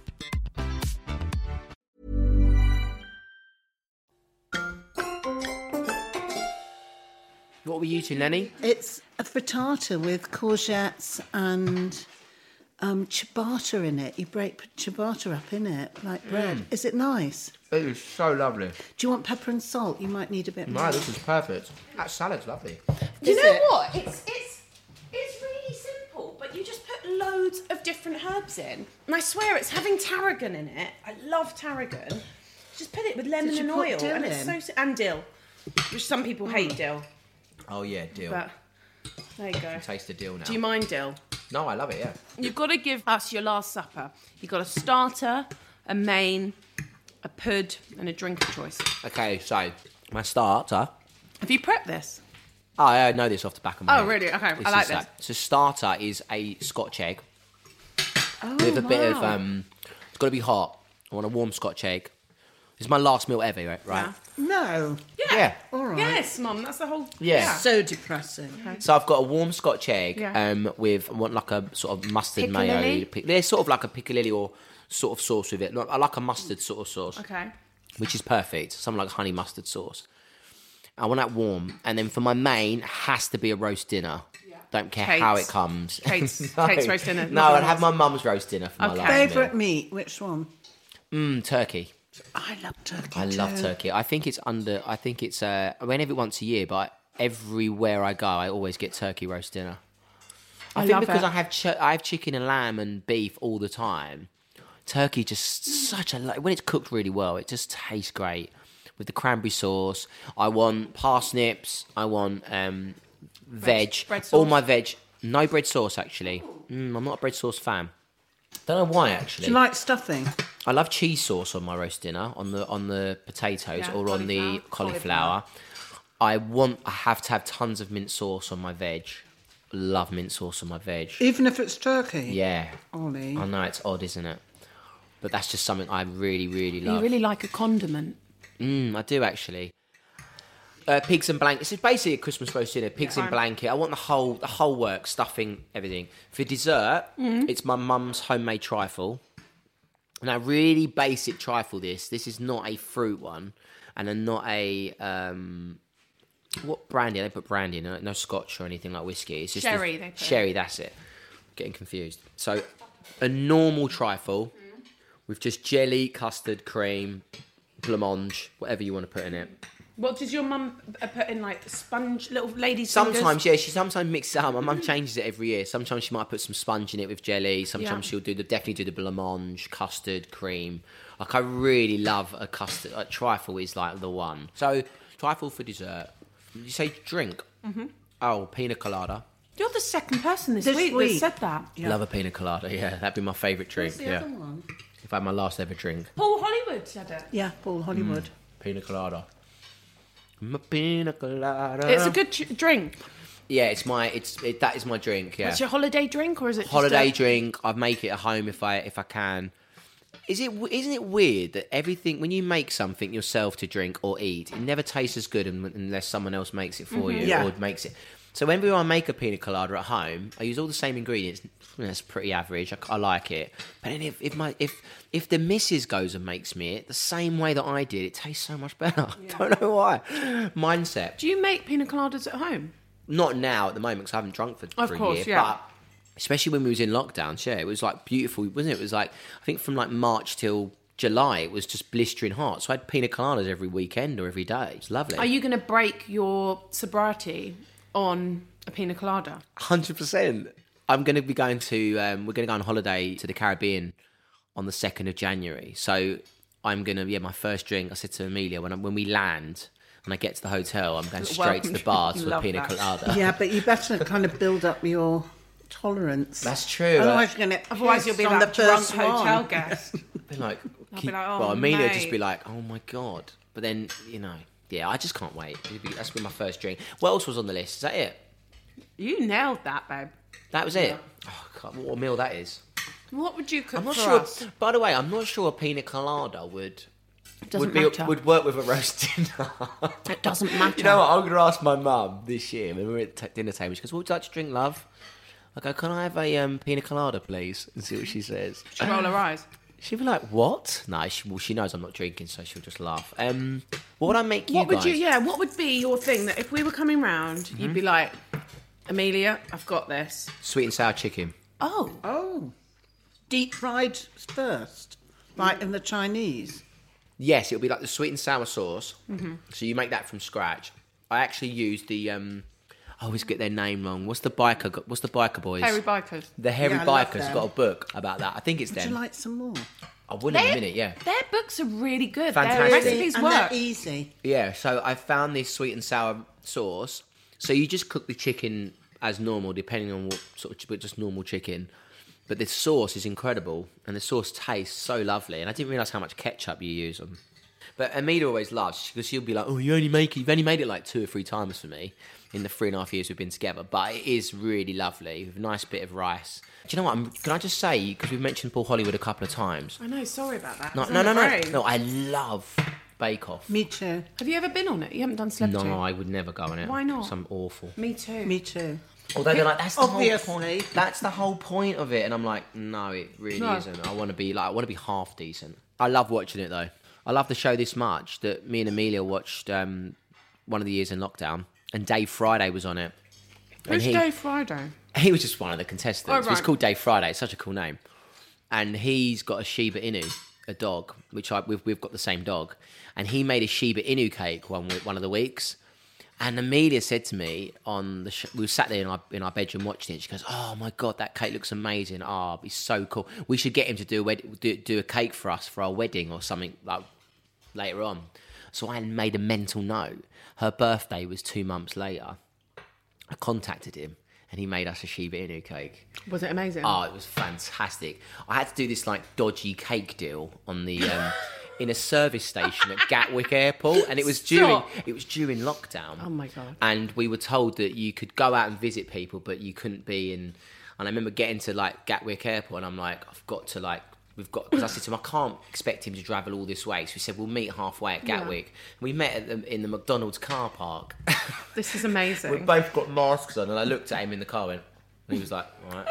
What were you two, Nanny?
It's a frittata with courgettes and um, ciabatta in it. You break ciabatta up in it like bread.
Mm.
Is it nice?
It was so lovely.
Do you want pepper and salt? You might need a bit more.
is perfect. That salad's lovely.
Do you
Is
know
it?
what? It's it's it's really simple, but you just put loads of different herbs in, and I swear it's having tarragon in it. I love tarragon. Just put it with lemon
Did you
and
put
oil,
dill
and it's so
in?
si- and dill, which some people hate dill,
Oh yeah, deal.
but there you go.
Taste the deal now.
Do you mind dill?
No, I love it. Yeah.
You've got to give us your last supper. You've got a starter, a main, a pud, and a drink of choice.
Okay, so my starter.
Have you prepped this?
Oh, I know this off the back of my.
Oh,
head.
really? Okay, I
This
like
is
this.
So starter is a Scotch egg
Oh,
with a bit of um. It's got to be hot. I want a warm Scotch egg. It's my last meal ever, right? Right.
No.
Yeah.
Yeah.
All right.
Yes, Mum. That's the whole.
Yeah.
So depressing.
So I've got a warm Scotch egg
Yeah.
um, with I want like a sort of mustard mayo.
Piccalilli?
Pic- They're sort of like a piccalilli or sort of sauce with it. Not, I like a mustard sort of sauce,
Okay.
which is perfect. Something like honey mustard sauce. I want that warm, and then for my main has to be a roast dinner. Don't care how it
Kate's.
comes.
Kate's- Kate's roast dinner,
No,
not
I'd
yours.
have my mum's roast dinner for my
Okay.
last
Favourite
meal.
meat? Which one?
Mm, turkey.
I love turkey.
I love
too.
turkey. I think it's under. I think it's. Uh, I went every once a year, but everywhere I go, I always get turkey roast dinner.
I
I, think
love
because
it.
I have ch- I have chicken and lamb and beef all the time. Turkey just such a lo- when it's cooked really well, it just tastes great with the cranberry sauce. I want parsnips. I want um, veg.
bread
all
sauce.
my veg. No bread sauce actually. Mm, I'm not a bread sauce fan. Don't know why actually.
Do you like stuffing?
I love cheese sauce on my roast dinner, on the on the potatoes
Yeah,
or on the
cauliflower.
cauliflower. I want I have to have tons of mint sauce on my veg. Love mint sauce on my veg.
Even if it's turkey?
Yeah.
Ollie.
I know it's odd, isn't it? But that's just something I really, really
You
love.
really like a condiment.
Mm, I do actually. Uh, pigs and blankets. It's basically a Christmas roast dinner. Pigs in blanket. I want the whole the whole work, stuffing, everything. For dessert,
Mm-hmm.
it's my mum's homemade trifle. Now, really basic trifle. This this is not a fruit one, and a, not a um, what brandy? They put brandy in it. No scotch or anything like whiskey. It's just a-
Sherry they put in.
sherry. That's it. Getting confused. So, a normal trifle
Mm-hmm.
with just jelly, custard, cream, blancmange, whatever you want to put in it.
What does your mum uh, put in, like sponge, little lady fingers?
Sometimes, yeah, she sometimes mixes it up. My mum changes it every year. Sometimes she might put some sponge in it with jelly. Sometimes
Yeah.
she'll do the definitely do the blancmange, custard, cream. Like I really love a custard. A trifle is like the one. So trifle for dessert. You say drink. Mm-hmm. Oh, pina colada.
You're the second person this,
This
week, that
week.
said that.
Love a pina colada. Yeah, that'd be my favourite drink.
The
yeah,
other one?
if I had my last ever drink,
Paul Hollywood said it.
Yeah, Paul Hollywood.
pina colada. My pina colada.
It's a good ch- drink.
Uh, Yeah, it's my it's it, that is my drink. Yeah,
It's your holiday drink, or is it just
holiday
a-
drink. I make it at home if I if I can. Is it w- isn't it weird that everything when you make something yourself to drink or eat, it never tastes as good un- unless someone else makes it
Mm-hmm.
for you
Yeah.
or makes it. So whenever I make a pina colada at home, I use all the same ingredients. That's pretty average. I, c- I like it. But then if, if my if if the missus goes and makes me it the same way that I did, it tastes so much better. I don't know why. Mindset
Do you make pina coladas at home?
not now at the moment because I haven't drunk for,
Of
for
course,
a year.
yeah.
But especially when we was in lockdown, yeah, it was like beautiful, wasn't it? It was like I think from like March till July, it was just blistering hot. So I had pina coladas every weekend or every day. It's lovely.
Are you going to break your sobriety on a pina colada?
Hundred percent. I'm going to be going to. Um, we're going to go on holiday to the Caribbean on the second of January. So I'm going to. Yeah, my first drink. I said to Amelia when I, when we land and I get to the hotel, I'm going straight to the bar to a
Love
pina
that.
colada.
Yeah, but you better kind of build up your tolerance.
That's true.
Otherwise, you're gonna
Otherwise, you'll be
on
that
the first
drunk hotel
one.
guest.
Be like,
I'll be
keep,
like, "Oh,
well, Amelia would just
mate."
be like, oh my god. But then you know, yeah, I just can't wait. It'd be- That's been my first drink. What else was on the list? Is that it?
you nailed that, babe.
That was it. Oh god, what a meal that is.
What would you cook
I'm not
for
sure.
us?
By the way, I'm not sure a pina colada would
Doesn't
would,
matter.
would work with a roast dinner.
It doesn't matter.
you know what? I'm going to ask my mum this year when we were at t- dinner table. She goes, "What would you like to drink, love?" I go, "Can I have a um, pina colada, please?" And see what she says.
She roll her eyes.
She'd be like, "What?" No, she, well, she knows I'm not drinking, so she'll just laugh. Um, what would I make you
What would
guys? Mm-hmm.
you? Yeah. What would be your thing that if we were coming round, you'd be like, Amelia, I've got this.
Sweet and sour chicken.
Oh,
Oh, deep fried first, like in the Chinese.
Yes, it'll be like the sweet and sour sauce.
Mm-hmm.
So you make that from scratch. I actually use the. Um, I always get their name wrong. What's the biker? go- What's the biker boys?
Harry Bikers.
The Hairy
Yeah, I love
Bikers
them.
got a book about that. I think it's
Would
them.
you like some more?
I will in a minute, yeah.
Their books are really good.
Fantastic.
Their recipes
and
work.
they're easy.
Yeah, so I found this sweet and sour sauce. So you just cook the chicken as normal, depending on what sort of, ch- but just normal chicken. But this sauce is incredible, and the sauce tastes so lovely. And I didn't realize how much ketchup you use on. But Amida always laughs because she'll be like, "Oh, you only make it, you've only made it like two or three times for me in the three and a half years we've been together." But it is really lovely with a nice bit of rice. Do you know what? I'm, can I just say because we've mentioned Paul Hollywood a couple of times?
I know. Sorry about that.
No,
It's on
no, no,
the
no,
brain.
no. I love Bake Off.
Me too.
Have you ever been on it? You haven't done
No,
celebrity.
I would never go on it.
Why not?
Some awful.
Me too.
Me too.
Although they're like, that's the
Obviously.
whole point. That's the whole point of it, and I'm like, no, it really
No.
isn't. I want to be like, I want to be half decent. I love watching it though. I love the show this much that me and Amelia watched um, one of the years in lockdown, and Dave Friday was on it.
Who's
he-
Dave Friday?
He was just one of the contestants.
Oh, right.
It's called Dave Friday. It's such a cool name. And he's got a Shiba Inu, a dog, which I, we've, we've got the same dog. And he made a Shiba Inu cake one we- one of the weeks. And Amelia said to me on the sh- we sat there in our in our bedroom watching it. She goes, "Oh my god, that cake looks amazing! Ah, it's so cool. We should get him to do a wed- do, do a cake for us for our wedding or something like later on." So I made a mental note. Her birthday was two months later. I contacted him and he made us a Shiba Inu cake.
Was it amazing?
Oh, it was fantastic. I had to do this like dodgy cake deal on the um, in a service station at Gatwick Airport, and it was during
Stop.
it was during lockdown. Oh
my God.
And we were told that you could go out and visit people, but you couldn't be in. And I remember getting to like Gatwick Airport, and I'm like, I've got to like. We've got because I said to him, I can't expect him to travel all this way. So we said we'll meet halfway at Gatwick. We met at the, in the McDonald's car park.
This is
We
amazing.
both got masks on, and I looked at him in the car, and went- and he was like, "All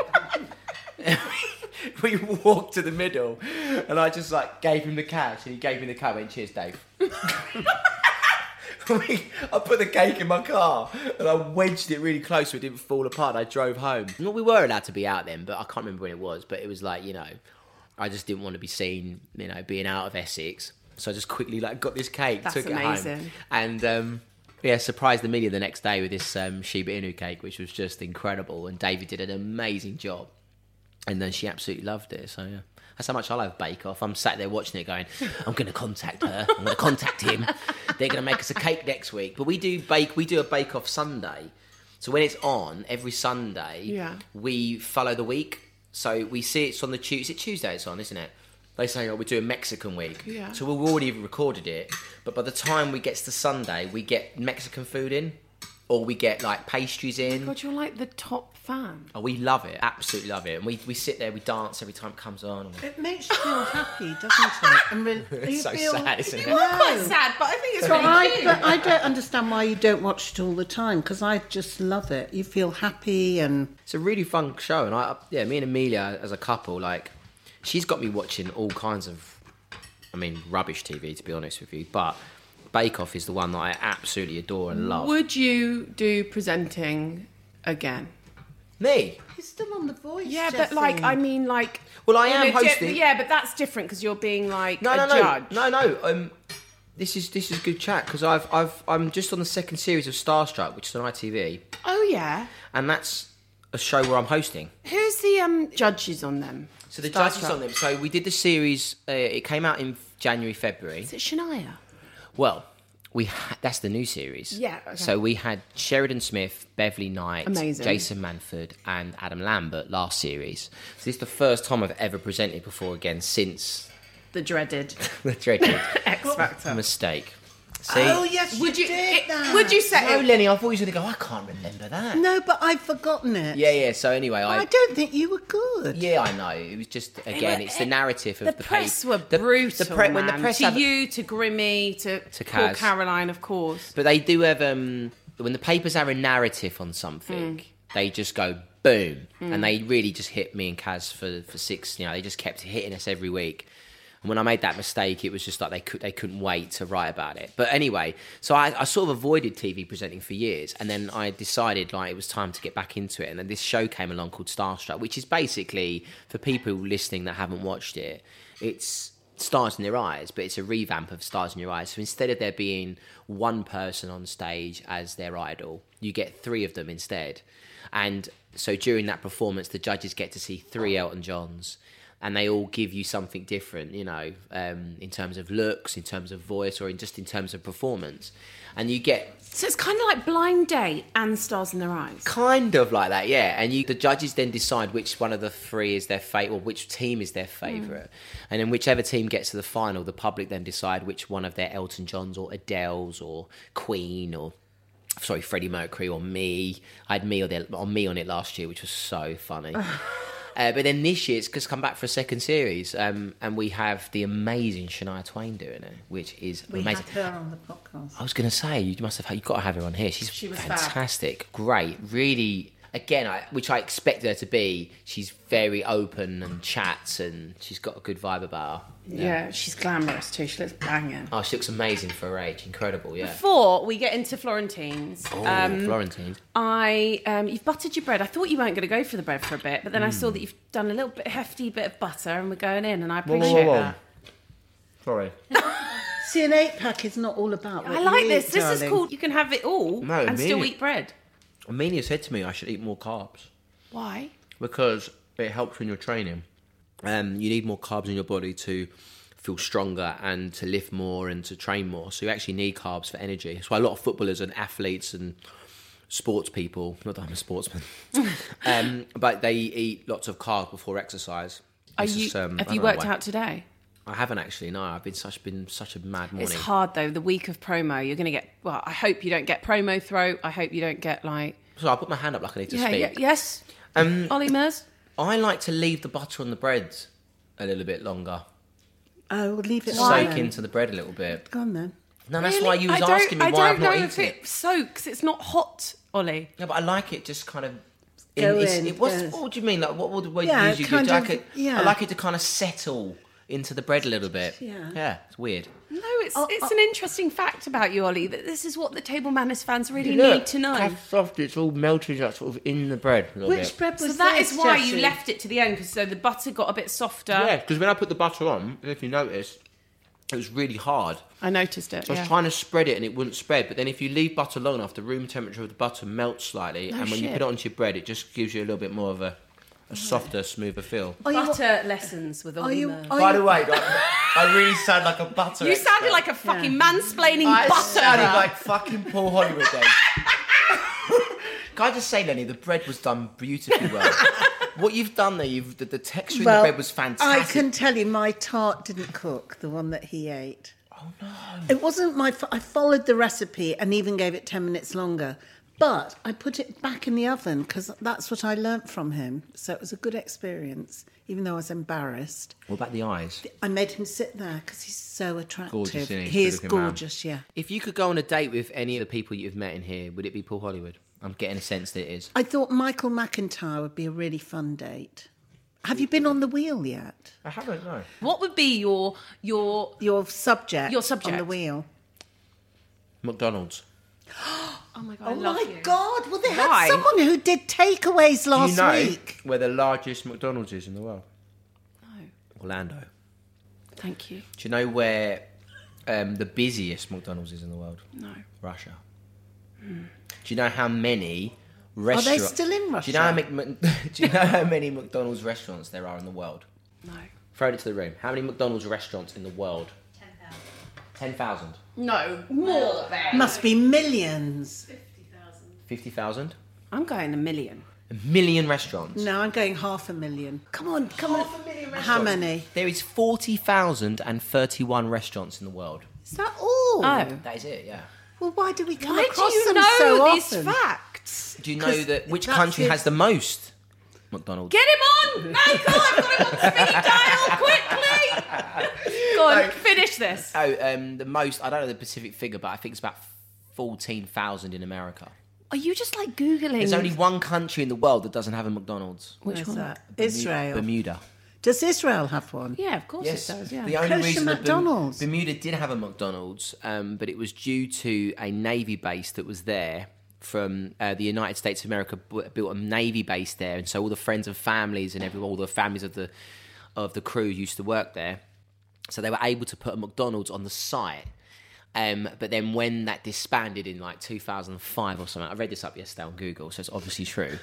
right." we walked to the middle, and I just like gave him the cash, and he gave me the cab, and went, cheers, Dave. We- I put the cake in my car and I wedged it really close so it didn't fall apart. I drove home. Well, we were allowed to be out then, but I can't remember when it was. But it was like you know, I just didn't want to be seen, you know, being out of Essex. So I just quickly like got this cake,
That's
took it home,
amazing.
and um, yeah, surprised the media the next day with this um, Shiba Inu cake, which was just incredible. And David did an amazing job, and then she absolutely loved it. So yeah. That's how much I love Bake Off. I'm sat there watching it going, I'm going to contact her. I'm going to contact him. They're going to make us a cake next week. But we do bake, we do a Bake Off Sunday. So when it's on every Sunday,
Yeah.
we follow the week. So we see it's on the Tuesday. Is it Tuesday it's on, isn't it? They say, oh, we're doing Mexican week.
Yeah.
So we've already recorded it. But by the time we get to Sunday, we get Mexican food in or we get like pastries in.
God, you're like the top fan.
Oh, we love it. Absolutely love it. And we, we sit there, we dance every time it comes on. and we-
It makes you feel happy, doesn't it? And re- you
so
feel,
sad, isn't it?
No.
sad, but I think it's
But I, but I don't understand why you don't watch it all the time because I just love it. You feel happy and
It's a really fun show, and I yeah, me and Amelia as a couple, like she's got me watching all kinds of, I mean, rubbish TV to be honest with you. But Bake Off is the one that I absolutely adore and love.
Would you do presenting again?
Me?
He's still on the voice.
Yeah, but like, I mean, like.
Well, I
on
am
a di-
hosting.
yeah, but that's different because you're being like
No,
a
no, no,
judge.
no, no. Um, this is this is good chat because I've I've I'm just on the second series of Starstruck, which is on ITV,
Oh yeah.
and that's a show where I'm hosting.
Who's the um judges on them?
So the
Star
judges
Trek.
on them. So we did the series. Uh, it came out in January, February.
Is it Shania?
Well, we ha- that's the new series.
Yeah, okay.
So we had Sheridan Smith, Beverly Knight,
Amazing.
Jason Manford, and Adam Lambert last series. So this is the first time I've ever presented before again since
The dreaded
the dreaded
X Factor.
mistake. See?
Oh yes,
Would you?
did
it-
that.
would you say?
No, Lenny, I thought you were going to go. I can't remember that.
No, but I've forgotten it.
Yeah, yeah. So anyway, I.
I don't think you were good.
yeah, I know. It was just again, it's the narrative of
the,
the,
press
page-
were
the-
brutal.
The pre- when the
man.
press
to
have-
you, to Grimmy, to,
To
Paul
Kaz.
Caroline, of course.
But they do have um when the papers have a narrative on something, they just go boom, and they really just hit me and Kaz for for six. You know, they just kept hitting us every week. And when I made that mistake, it was just like they could they couldn't wait to write about it. But anyway, so I, I sort of avoided TV presenting for years, and then I decided like it was time to get back into it. And then this show came along called Starstruck, which is basically for people listening that haven't watched it, it's Stars in Their Eyes, but it's a revamp of Stars in Your Eyes. So instead of there being one person on stage as their idol, you get three of them instead. And so during that performance, the judges get to see three Elton Johns and they all give you something different, you know, um, in terms of looks, in terms of voice, or in just in terms of performance. And you get
So it's kind of like Blind Date and Stars in Their Eyes.
kind of like that, yeah. And you, the judges then decide which one of the three is their favourite, or which team is their favourite. And then whichever team gets to the final, the public then decide which one of their Elton Johns or Adele's or Queen or sorry Freddie Mercury or me. I had me on, the, on me on it last year, which was so funny. Uh, but then this year, it's just come back for a second series, um, and we have the amazing Shania Twain doing it, which is
we
amazing.
had her on the podcast.
I was going to say you must have had, you got to have her on here. She's
She was fab.
fantastic, great, really. Again, I, which I expect her to be. She's very open and chats, and she's got a good vibe about her.
Yeah. she's glamorous too. She looks banging.
Oh, she looks amazing for her age. Incredible, yeah.
Before we get into Florentines,
Oh, Florentine.
um, I um, you've buttered your bread. I thought you weren't going to go for the bread for a bit, but then I
Hmm.
saw that you've done a little bit hefty bit of butter, and we're going in, and I appreciate that.
Sorry.
See, an eight pack is not all about. What
I
you
like
eat,
this. This is
darling.
called. You can have it all
No,
and still
me.
eat bread.
Amelia said to me I should eat more carbs
Why?
because it helps when you're training. Um, you need more carbs in your body to feel stronger and to lift more and to train more. So you actually need carbs for energy. That's why a lot of footballers and athletes and sports people, not that I'm a sportsman, um, but they eat lots of carbs before exercise.
Are
This
you,
is, um,
have
I
you
don't know
worked
why.
out today?
I haven't actually. No, I've been such been such a mad morning.
It's hard though. The week of promo, you're going to get. Well, I hope you don't get promo throat. I hope you don't get like.
So I put my hand up like I need to
Yeah,
speak. Um,
yeah, yes. Ollie Mers.
I like to leave the butter on the bread a little bit longer,
Oh, we'll leave it.
Why?
soak into the bread a little bit.
Go on then.
No, that's why you was
I don't-
asking me
I
why
don't
I'm
know
not
if
eating it.
it soaks. It's not hot, Ollie.
No, but I like it just kind of. In,
Go
it's-
in,
it was.
yes.
What do you mean? Like, what would the word
Yeah,
usually do?
kind
Do I
of-
like it-
yeah.
I like it to kind of settle into the bread a little bit.
Yeah.
Yeah, it's weird.
No, it's it's an interesting fact about you, Ollie. That this is what the table manners fans really need to know.
soft. It's all melted. That's sort of in the bread. A little
Which bread
So
was
that
this,
is why you
Jessie?
left it to the end, because so the butter got a bit softer.
Yeah, because when I put the butter on, if you notice, it was really hard.
I noticed it.
So I was trying to spread it and it wouldn't spread. But then if you leave butter long enough, the room temperature of the butter melts slightly, and when you
shit.
put it onto your bread, it just gives you a little bit more of a, a softer, smoother feel.
Are you-
Butter lessons with
Are
Ollie
you?
Murs.
Are
By
you,
the way, like, I really sound like a butter.
You
expert.
sounded like a fucking mansplaining
I
butter.
sounded like fucking Paul Hollywood then. Can I just say, Lenny, the bread was done beautifully well. what you've done there, you've the, the texture in the bread was fantastic.
I can tell you, my tart didn't cook. The one that he ate. Oh no! It wasn't my. Fa- I followed the recipe and even gave it ten minutes longer. But I put it back in the oven because that's what I learnt from him. So it was a good experience, even though I was embarrassed.
What about the eyes?
I made him sit there because he's so attractive.
Gorgeous, isn't he?
he is
Good-looking man.
gorgeous, yeah.
If you could go on a date with any of the people you've met in here, would it be Paul Hollywood? I'm getting a sense that it is.
I thought Michael McIntyre would be a really fun date. Have you been on the wheel yet?
I haven't, no.
What would be your your?
Your subject.
Your
On
subject.
the wheel.
McDonald's.
Oh my God, I
Oh
love
my
you.
God! Well, they had
Why?
someone who did takeaways
Do
last
you know
week.
where the largest McDonald's is in the world?
No,
Orlando.
thank you.
Do you know where um, the busiest McDonald's is in the world?
No.
Russia. Do you know how many
Are
restaurants?
they still in Russia?
Do you know how many, Mc- do you know how many McDonald's restaurants there are in the world?
No.
Throw it to the room. How many McDonald's restaurants in the world? Ten thousand.
No. More than.
Must be millions.
Fifty thousand.
I'm going a million.
A million restaurants.
No, I'm going half a million. Come on, come on. How many?
There is forty thousand and thirty-one restaurants in the world.
Is that all?
Oh.
That is it. Yeah.
Well, why do we come
Why do
across
you
them
know
so
these
often?
facts?
Do you
'Cause
know that which
that's
country
it.
has the most McDonald's?
Get him on! Michael, I've got him on speed dial quickly! Go on, finish this.
Oh, um, the most. I don't know the specific figure, but I think it's about fourteen thousand in America.
Are you just like Googling?
There's only one country in the world that doesn't have a McDonald's.
Which one?
Israel.
Bermuda.
Does Israel have one?
Yeah, of course it does, yeah.
The only
Kosher
reason that Berm-
McDonald's.
Bermuda did have a McDonald's, um, but it was due to a navy base that was there from uh, the United States of America bu- built a navy base there, and so all the friends and families and every all the families of the of the crew used to work there. So they were able to put a McDonald's on the site. Um, but then when that disbanded in like 2005 or something, I read this up yesterday on Google, so it's obviously true.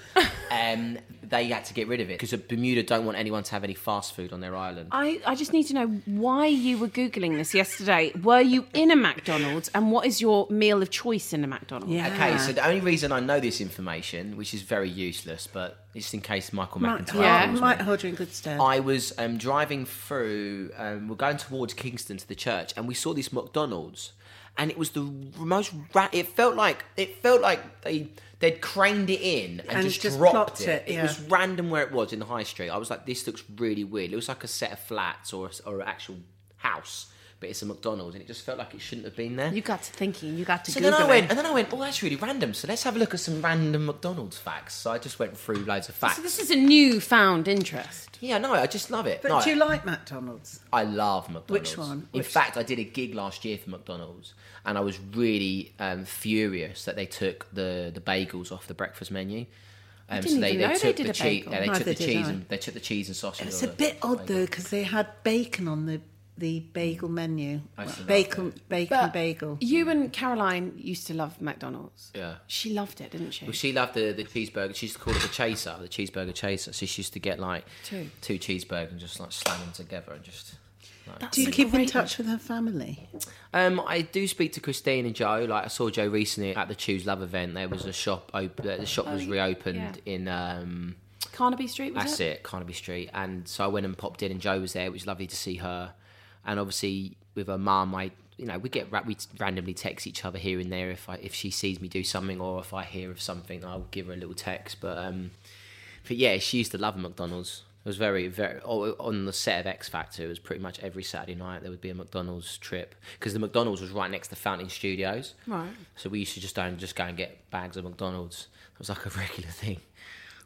um, they had to get rid of it because Bermuda don't want anyone to have any fast food on their island.
I, I just need to know why you were Googling this yesterday. Were you in a McDonald's and what is your meal of choice in a McDonald's?
Yeah.
Okay, so the only reason I know this information, which is very useless, but just in case Michael
Mike,
McIntyre.
Yeah.
yeah. Mike Hodder in good stead.
I was um, driving through, um, we're going towards Kingston to the church, and we saw this McDonald's, and it was the most. Ra- it felt like it felt like they they'd craned it in and,
And
just,
just
dropped
plopped
it.
it,
It
yeah.
was random where it was in the high street. I was like, this looks really weird. It was like a set of flats or a- or an actual house, but it's a McDonald's, and it just felt like it shouldn't have been there.
You got to thinking, you got to
So
Google
then I went, and then I went, oh, that's really random. So let's have a look at some random McDonald's facts. So I just went through loads of facts.
So this is a newfound interest.
yeah, no, I just love it.
but
No,
do you like McDonald's?
I love McDonald's.
Which one?
In
Which-
fact, I did a gig last year for McDonald's, and I was really um, furious that they took the, the bagels off the breakfast menu. Um,
didn't even know they
took
did
the
a
cheese.
bagel.
Yeah, they
Neither
took the
did
cheese
I.
and they took the cheese and sausage.
It's a
off the
bit odd
bagel.
though because they had bacon on the the bagel menu. Well,
still love
Bacon, bacon, bagel.
Uh, You and Caroline used to love McDonald's.
Yeah.
She loved it, didn't she?
Well, she loved the, the cheeseburger. She used to call it the chaser, the cheeseburger chaser. So she used to get like
Two.
two cheeseburgers and just like slam them together and just.
Do you keep in touch with her family?
Um, I do speak to Christine and Joe. Like I saw Joe recently at the Choose Love event. There was a shop. Op- uh, the shop was reopened in. Um,
Carnaby Street, was
that's
it?
it, Carnaby Street. And so I went and popped in, and Joe was there, which was lovely to see her. And obviously with her mum, I you know we get ra- we randomly text each other here and there. If I if she sees me do something or if I hear of something, I'll give her a little text. But um, but yeah, she used to love McDonald's. It was very, very oh, on the set of X Factor. It was pretty much every Saturday night there would be a McDonald's trip because the McDonald's was right next to Fountain Studios.
Right.
So we used to just go and just go and get bags of McDonald's. It was like a regular thing.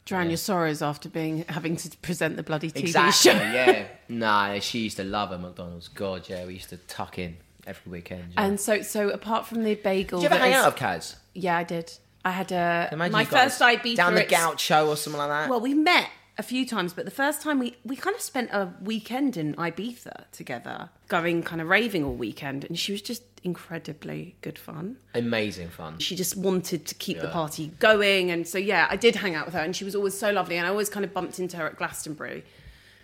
Drown your sorrows after being having to present the bloody TV
Exactly.
show.
yeah. Nah, she used to love her McDonald's. God, yeah, we used to tuck in every weekend. Yeah.
And so, so apart from the bagel,
Did you ever
that
hang
is-
out with Kaz?
Yeah, I did. I had a
Imagine
my
you guys
first IB
down the
through ex-
Gaucho or something like that.
Well, we met a few times, but the first time we we kind of spent a weekend in Ibiza together, going kind of raving all weekend, and she was just incredibly good fun.
Amazing fun.
She just wanted to keep the party going, and so yeah, I did hang out with her, and she was always so lovely, and I always kind of bumped into her at Glastonbury.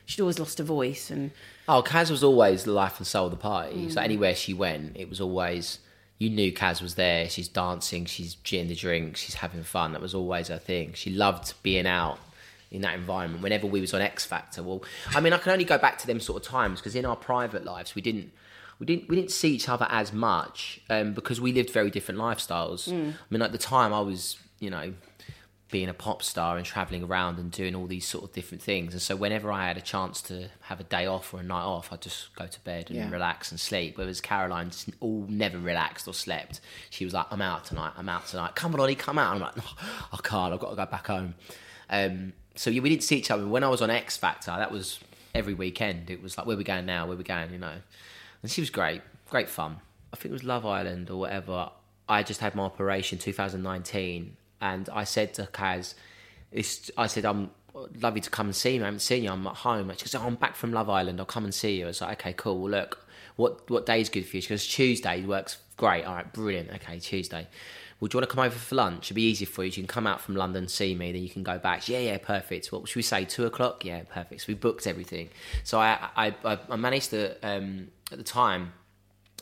She'd always lost her voice, and
Oh, Kaz was always the life and soul of the party. So anywhere she went, it was always you knew Kaz was there. She's dancing, she's gin the drink, she's having fun. That was always her thing. She loved being out in that environment. Whenever we was on X Factor, well, I mean, I can only go back to them sort of times because in our private lives, we didn't. We didn't, we didn't see each other as much um, because we lived very different lifestyles. I mean, at the time, I was, you know, being a pop star and traveling around and doing all these sort of different things. And so whenever I had a chance to have a day off or a night off, I'd just go to bed and relax and sleep. Whereas Caroline just all never relaxed or slept. She was like, I'm out tonight, I'm out tonight. Come on, Ollie, come out. I'm like, no, I can't, I've got to go back home. Um, so yeah, we didn't see each other. When I was on X Factor, that was every weekend. It was like, where we going now? Where we going? You know. And she was great, great fun. I think it was Love Island or whatever. I just had my operation 2019, and I said to Kaz, it's, I said, I'm love you to come and see me. I haven't seen you. I'm at home. She goes, oh, I'm back from Love Island. I'll come and see you. I was like, okay, cool. Well, look, what what day's good for you? She goes, Tuesday works great. All right, brilliant. Okay, Tuesday. Well, do you want to come over for lunch? It'd be easy for you. You can come out from London, see me, then you can go back. She, Yeah, yeah, perfect. What should we say? Two o'clock? Yeah, perfect. So we booked everything. So I I, I, I managed to um, at the time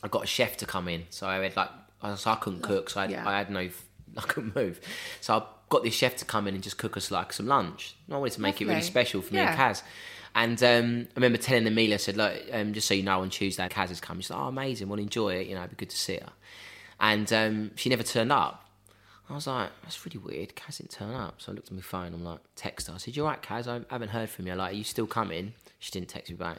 I got a chef to come in, so I had like I, was, I couldn't cook, so I had, I had no, I couldn't move, so I got this chef to come in and just cook us like some lunch. I wanted to make it really
Lovely.
special for me and
Yeah.
Kaz, and um, I remember telling Amelia, I said, look, um, just so you know, on Tuesday Kaz is coming. She's like, oh, amazing, well enjoy it, you know, it'd be good to see her, and um, she never turned up. I was like, that's really weird. Kaz didn't turn up. So I looked at my phone. I'm like, text her. I said, you're right, Kaz. I haven't heard from you. Like, are you still coming? She didn't text me back.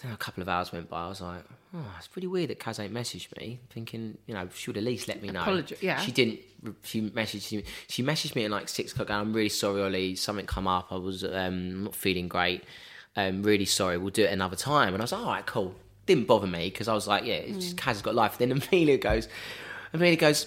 Then a couple of hours went by. I was like, oh, it's pretty weird that Kaz ain't messaged me. Thinking, you know, she would at least let me know.
Apologi- yeah.
She didn't. She messaged me. She messaged me at like six o'clock. And I'm really sorry, Ollie. Something come up. I was um, not feeling great. Um, really sorry. We'll do it another time. And I was like, all right, cool. Didn't bother me because I was like, yeah, it's
Mm.
just, Kaz has got life. Then Amelia goes, Amelia goes,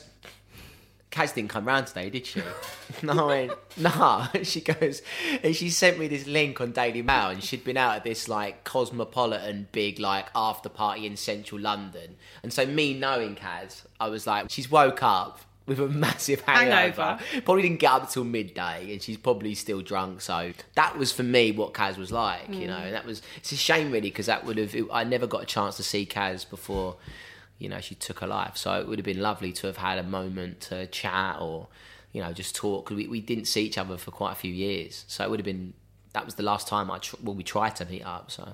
Kaz didn't come round today, did she? and I went, nah. She goes, and she sent me this link on Daily Mail, and she'd been out at this like cosmopolitan big like after party in central London. And so me knowing Kaz, I was like, she's woke up with a massive hangover. Probably didn't get up till midday, and she's probably still drunk. So that was for me what Kaz was like, you know. And that was it's a shame really because that would have I never got a chance to see Kaz before you know, she took her life. So it would have been lovely to have had a moment to chat or, you know, just talk. 'Cause we, we didn't see each other for quite a few years. So it would have been, that was the last time I, tr- well, we tried to meet up. So,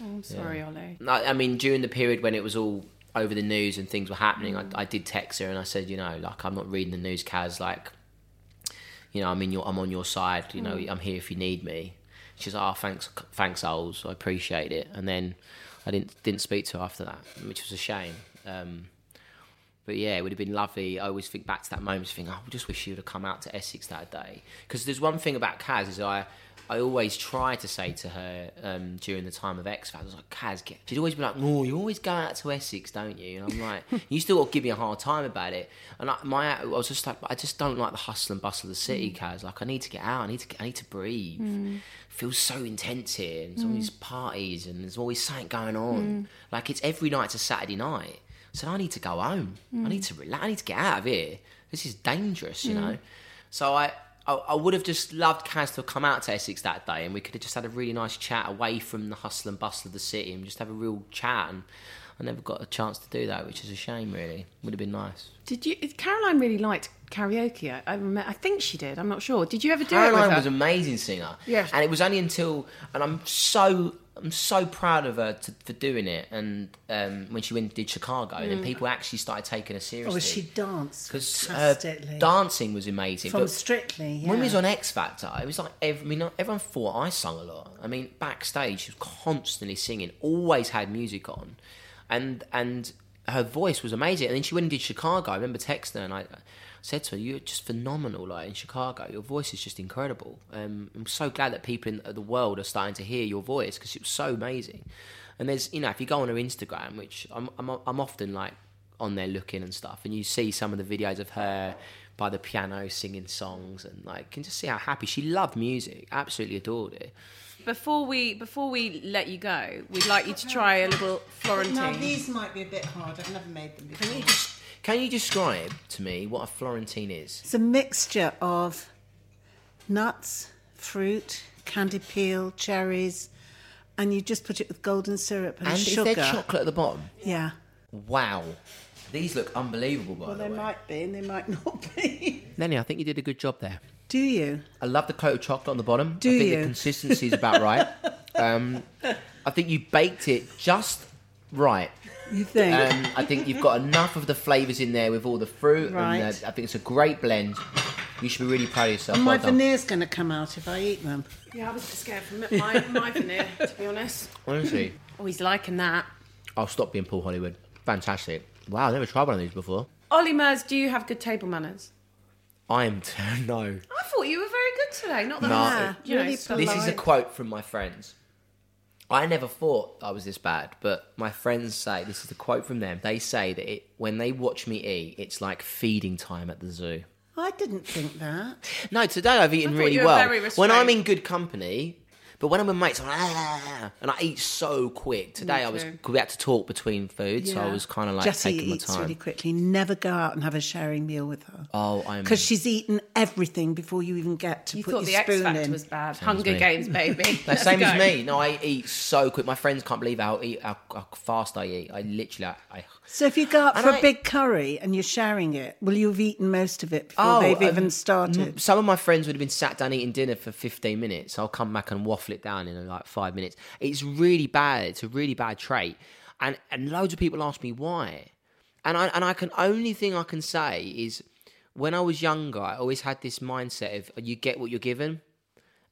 I'm sorry, Ollie.
No, I, mean, during the period when it was all over the news and things were happening, I, I did text her and I said, you know, like, I'm not reading the news, Kaz. Like, you know, I'm in your, I'm on your side. You know, I'm here if you need me. She's like, oh, thanks, thanks, Oles. I appreciate it. And then I didn't didn't speak to her after that, which was a shame. Um, but yeah, it would have been lovely. I always think back to that moment, think, oh, I just wish she would have come out to Essex that day. Because there's one thing about Kaz is I, I always try to say to her um, during the time of X Factor, I was like, Kaz, get... she'd always be like, oh, you always go out to Essex, don't you? And I'm like, you still got to give me a hard time about it. And I, my, I was just like, I just don't like the hustle and bustle of the city, Kaz. Like, I need to get out. I need to, get, I need to breathe. It feels so intense here. And there's all these parties and there's always something going on. Like, it's every night's a Saturday night. So I need to go home. I need
Hmm.
to relax. I need to get out of here. This is dangerous, you know. So I, I, I would have just loved Kaz to have come out to Essex that day, and we could have just had a really nice chat away from the hustle and bustle of the city, and just have a real chat. And I never got a chance to do that, which is a shame. Really, would have been nice.
Did you? Caroline really liked karaoke. I, I, remember, I think she did. I'm not sure. Did you ever do it
Caroline
with her?
was an amazing singer.
Yeah.
And it was only until, and I'm so, I'm so proud of her to, for doing it. And um, when she went and did Chicago, and
Hmm.
then people actually started taking her seriously.
Oh, she danced
because
fantastically.
uh, dancing was amazing.
From
but
Strictly, yeah.
when we was on X Factor, it was like every, I mean, everyone thought I sung a lot. I mean, backstage she was constantly singing, always had music on, and and her voice was amazing. And then she went and did Chicago. I remember texting her and I. Said to her, "You're just phenomenal, like in Chicago. Your voice is just incredible. Um, I'm so glad that people in the world are starting to hear your voice because it was so amazing. And there's, you know, if you go on her Instagram, which I'm, I'm, I'm often like on there looking and stuff, and you see some of the videos of her by the piano singing songs, and like can just see how happy she loved music, absolutely adored it.
Before we before we let you go, we'd like you to try a little
Now
Florentine.
these might be a bit hard. I've never made them before.
Can you just can you describe to me what a Florentine is?
It's a mixture of nuts, fruit, candied peel, cherries, and you just put it with golden syrup and,
And
sugar.
is there chocolate at the bottom?
yeah.
Wow, these look unbelievable. By
Well,
the
they
way,
might be and they might not be.
Lenny, I think you did a good job there.
Do you?
I love the coat of chocolate on the bottom.
Do
I think
you?
the consistency is about right. Um, I think you baked it just right.
You think?
Um, I think you've got enough of the flavours in there with all the fruit.
Right.
And uh, I think it's a great blend. You should be really proud of yourself.
and my
Well done.
veneer's going to come out if I eat them.
Yeah, I was scared from my my veneer, to be honest.
Honestly,
Oh, he's liking that.
I'll stop being Paul Hollywood. Fantastic. Wow, I've never tried one of these before.
Ollie Mers, do you have good table manners?
I am t- no.
Ah,
I thought you were very good today. Not that
No.
I'm, you know,
Really
so-
This is a quote from my friends. I never thought I was this bad, but my friends say this is the quote from them. They say that it, when they watch me eat, it's like feeding time at the zoo.
I didn't think that.
No, today I've eaten
thought
really
you were
well.
very
when I'm
restrained.
in good company, but when I'm with mates, I'm like, "Ah," and I eat so quick. Today I was
too.
we had to talk between food, so I
Yeah.
was kind of like
Jessie
taking my
eats
time.
really quickly. Never go out and have a sharing meal with her.
oh, I'm
Because she's eaten everything before you even get to
You
put
thought the
your
X
spoon
Factor
in.
was bad. Hunger Games, baby.
No,
Let's
same as
go.
me. No, I eat so quick. My friends can't believe how, eat, how, how fast I eat. I literally, I, I
So if you go out
And
for a
I-
big curry and you're sharing it, will you have eaten most of it before they've
um,
even started?
m- Some of my friends would have been sat down eating dinner for 15 minutes. I'll come back and waffle it down in like five minutes. It's really bad. It's a really bad trait. And, and loads of people ask me why. And I, and I can only thing I can say is when I was younger, I always had this mindset of you get what you're given.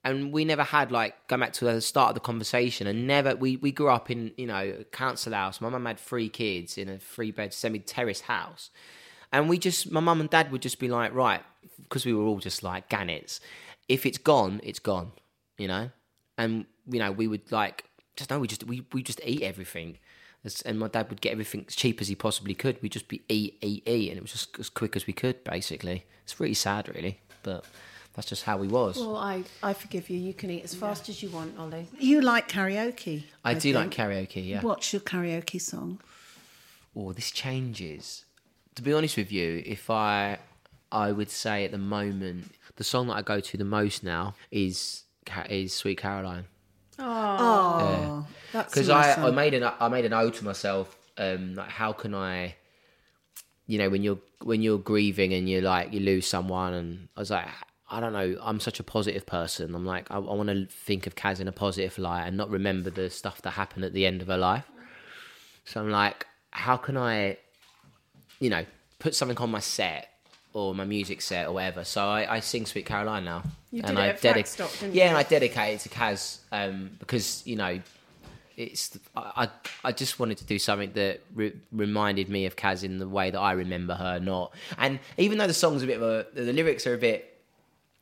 And we never had like going back to the start of the conversation and never we, we grew up in, you know, a council house. My mum had three kids in a three bed semi terrace house. And we just, my mum and dad would just be like, right, because we were all just like gannets. If it's gone, it's gone, you know. And you know, we would like just no, we just we we just eat everything. As- And my dad would get everything as cheap as he possibly could. We'd just be eat, eat, eat, and it was just as quick as we could. Basically, it's really sad, really, but that's just how we was.
Well, I, I forgive you. You can eat as fast as you want, Ollie.
You like karaoke.
I, do like
think.
karaoke, yeah.
What's your karaoke song?
Oh, this changes. To be honest with you, if I, I would say at the moment, the song that I go to the most now is Ca- is Sweet Caroline
Oh, that's
because
a nice
I, I
song.
made an I made an O to myself. Um, like how can I, you know, when you're when you're grieving and you like you lose someone, and I was like, I don't know, I'm such a positive person. I'm like, I, I want to think of Kaz in a positive light and not remember the stuff that happened at the end of her life. So I'm like, how can I, you know, put something on my set or my music set or whatever. So I, I sing Sweet Caroline now. You
did it at Flag Stock, didn't
Yeah,
you?
and I dedicate it to Kaz um, because, you know, it's I, I I just wanted to do something that re- reminded me of Kaz in the way that I remember her, not. And even though the song's a bit of a, the lyrics are a bit,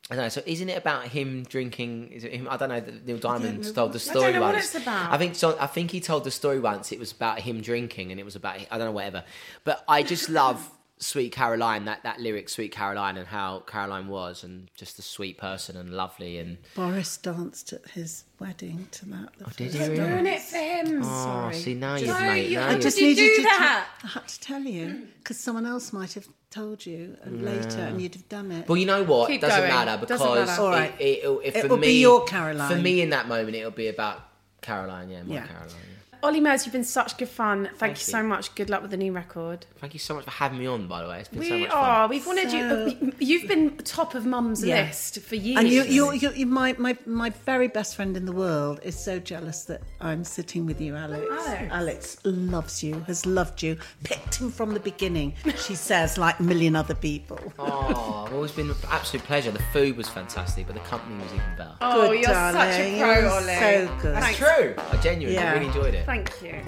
I don't know. So isn't it about him drinking? Is it him? I don't know. that Neil Diamond told the story
know what
once.
it's about.
I think so. I think he told the story once. It was about him drinking, and it was about I don't know whatever. But I just love Sweet Caroline. That that lyric, Sweet Caroline, and how Caroline was, and just a sweet person and lovely and
Boris danced at his wedding to that. Oh,
did he really?
Doing it for him.
Oh, see now you've
No,
made
you-
now
I
you've-
just- Did you do
to.
that?
I had to tell you because someone else might have told you and later, and you'd have done it.
Well, you know what?
Keep
doesn't
going.
matter
Doesn't
because
matter.
All right.
it, it'll, if
It
for
will
me,
be your Caroline.
For me, in that moment, it'll be about Caroline. Yeah, my
Yeah.
Caroline. yeah.
Ollie Mers, you've been such good fun. Thank, you so
you.
much. Good luck with the new record.
Thank you so much for having me on. By the way, it's been so
We
much fun.
are. We've wanted you. You've been top of mum's
Yeah.
list for years.
and you, you, you, you my, my, my very best friend in the world is so jealous that I'm sitting with you, Alex.
Alex.
loves you, has loved you, picked him from the beginning. She says, like a million other people.
Oh, it's always been an absolute pleasure. The food was fantastic, but the company was even better.
Oh,
Good,
you're such
darling.
a pro,
You're
Ollie.
so good.
Thanks.
True. I genuinely
Yeah.
really enjoyed it.
Thank you.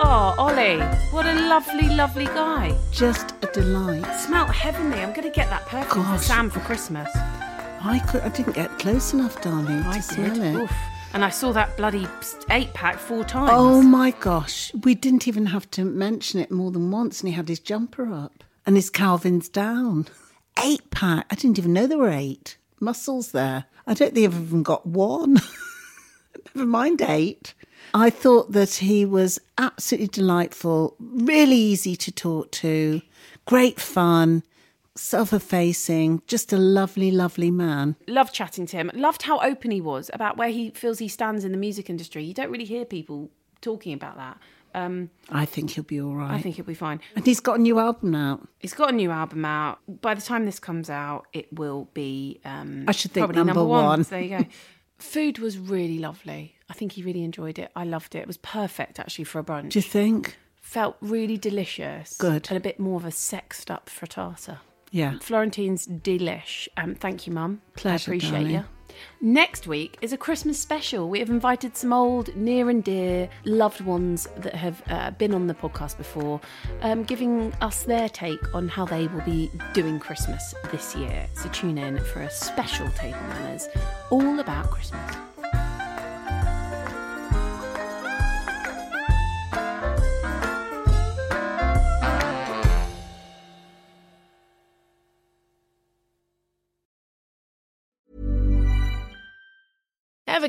Oh, Ollie, what a lovely, lovely guy.
Just a delight.
Smelt heavenly. I'm going to get that perfume for
Gosh.
Sam for Christmas.
I, could, I didn't get close enough, darling, to smell it.
Oof. And I saw that bloody eight pack four times.
Oh my gosh, we didn't even have to mention it more than once, and he had his jumper up and his Calvin's down. Eight pack. I didn't even know there were eight muscles there. I don't think I've even got one. Never mind eight. I thought that he was absolutely delightful, really easy to talk to, great fun, self effacing, just a lovely, lovely man.
Loved chatting to him. Loved how open he was about where he feels he stands in the music industry. You don't really hear people talking about that. Um,
I think he'll be all right.
I think he'll be fine.
and he's got a new album out.
He's got a new album out. By the time this comes out, it will be.
uh,
Um,
I should think
probably
number one.
There you go. Food was really lovely. I think he really enjoyed it. I loved it. It was perfect actually for a brunch.
Do you think?
Felt really delicious.
Good.
And a bit more of a sexed up frittata.
Yeah.
Florentine's delish. Um, thank you, Mum.
Pleasure,
I appreciate
darling.
you.
Next week is a Christmas special. We have invited some old, near and dear loved ones that have uh, been on the podcast before, um, giving us their take on how they will be doing Christmas this year. So tune in for a special Table Manners all about Christmas.
Ever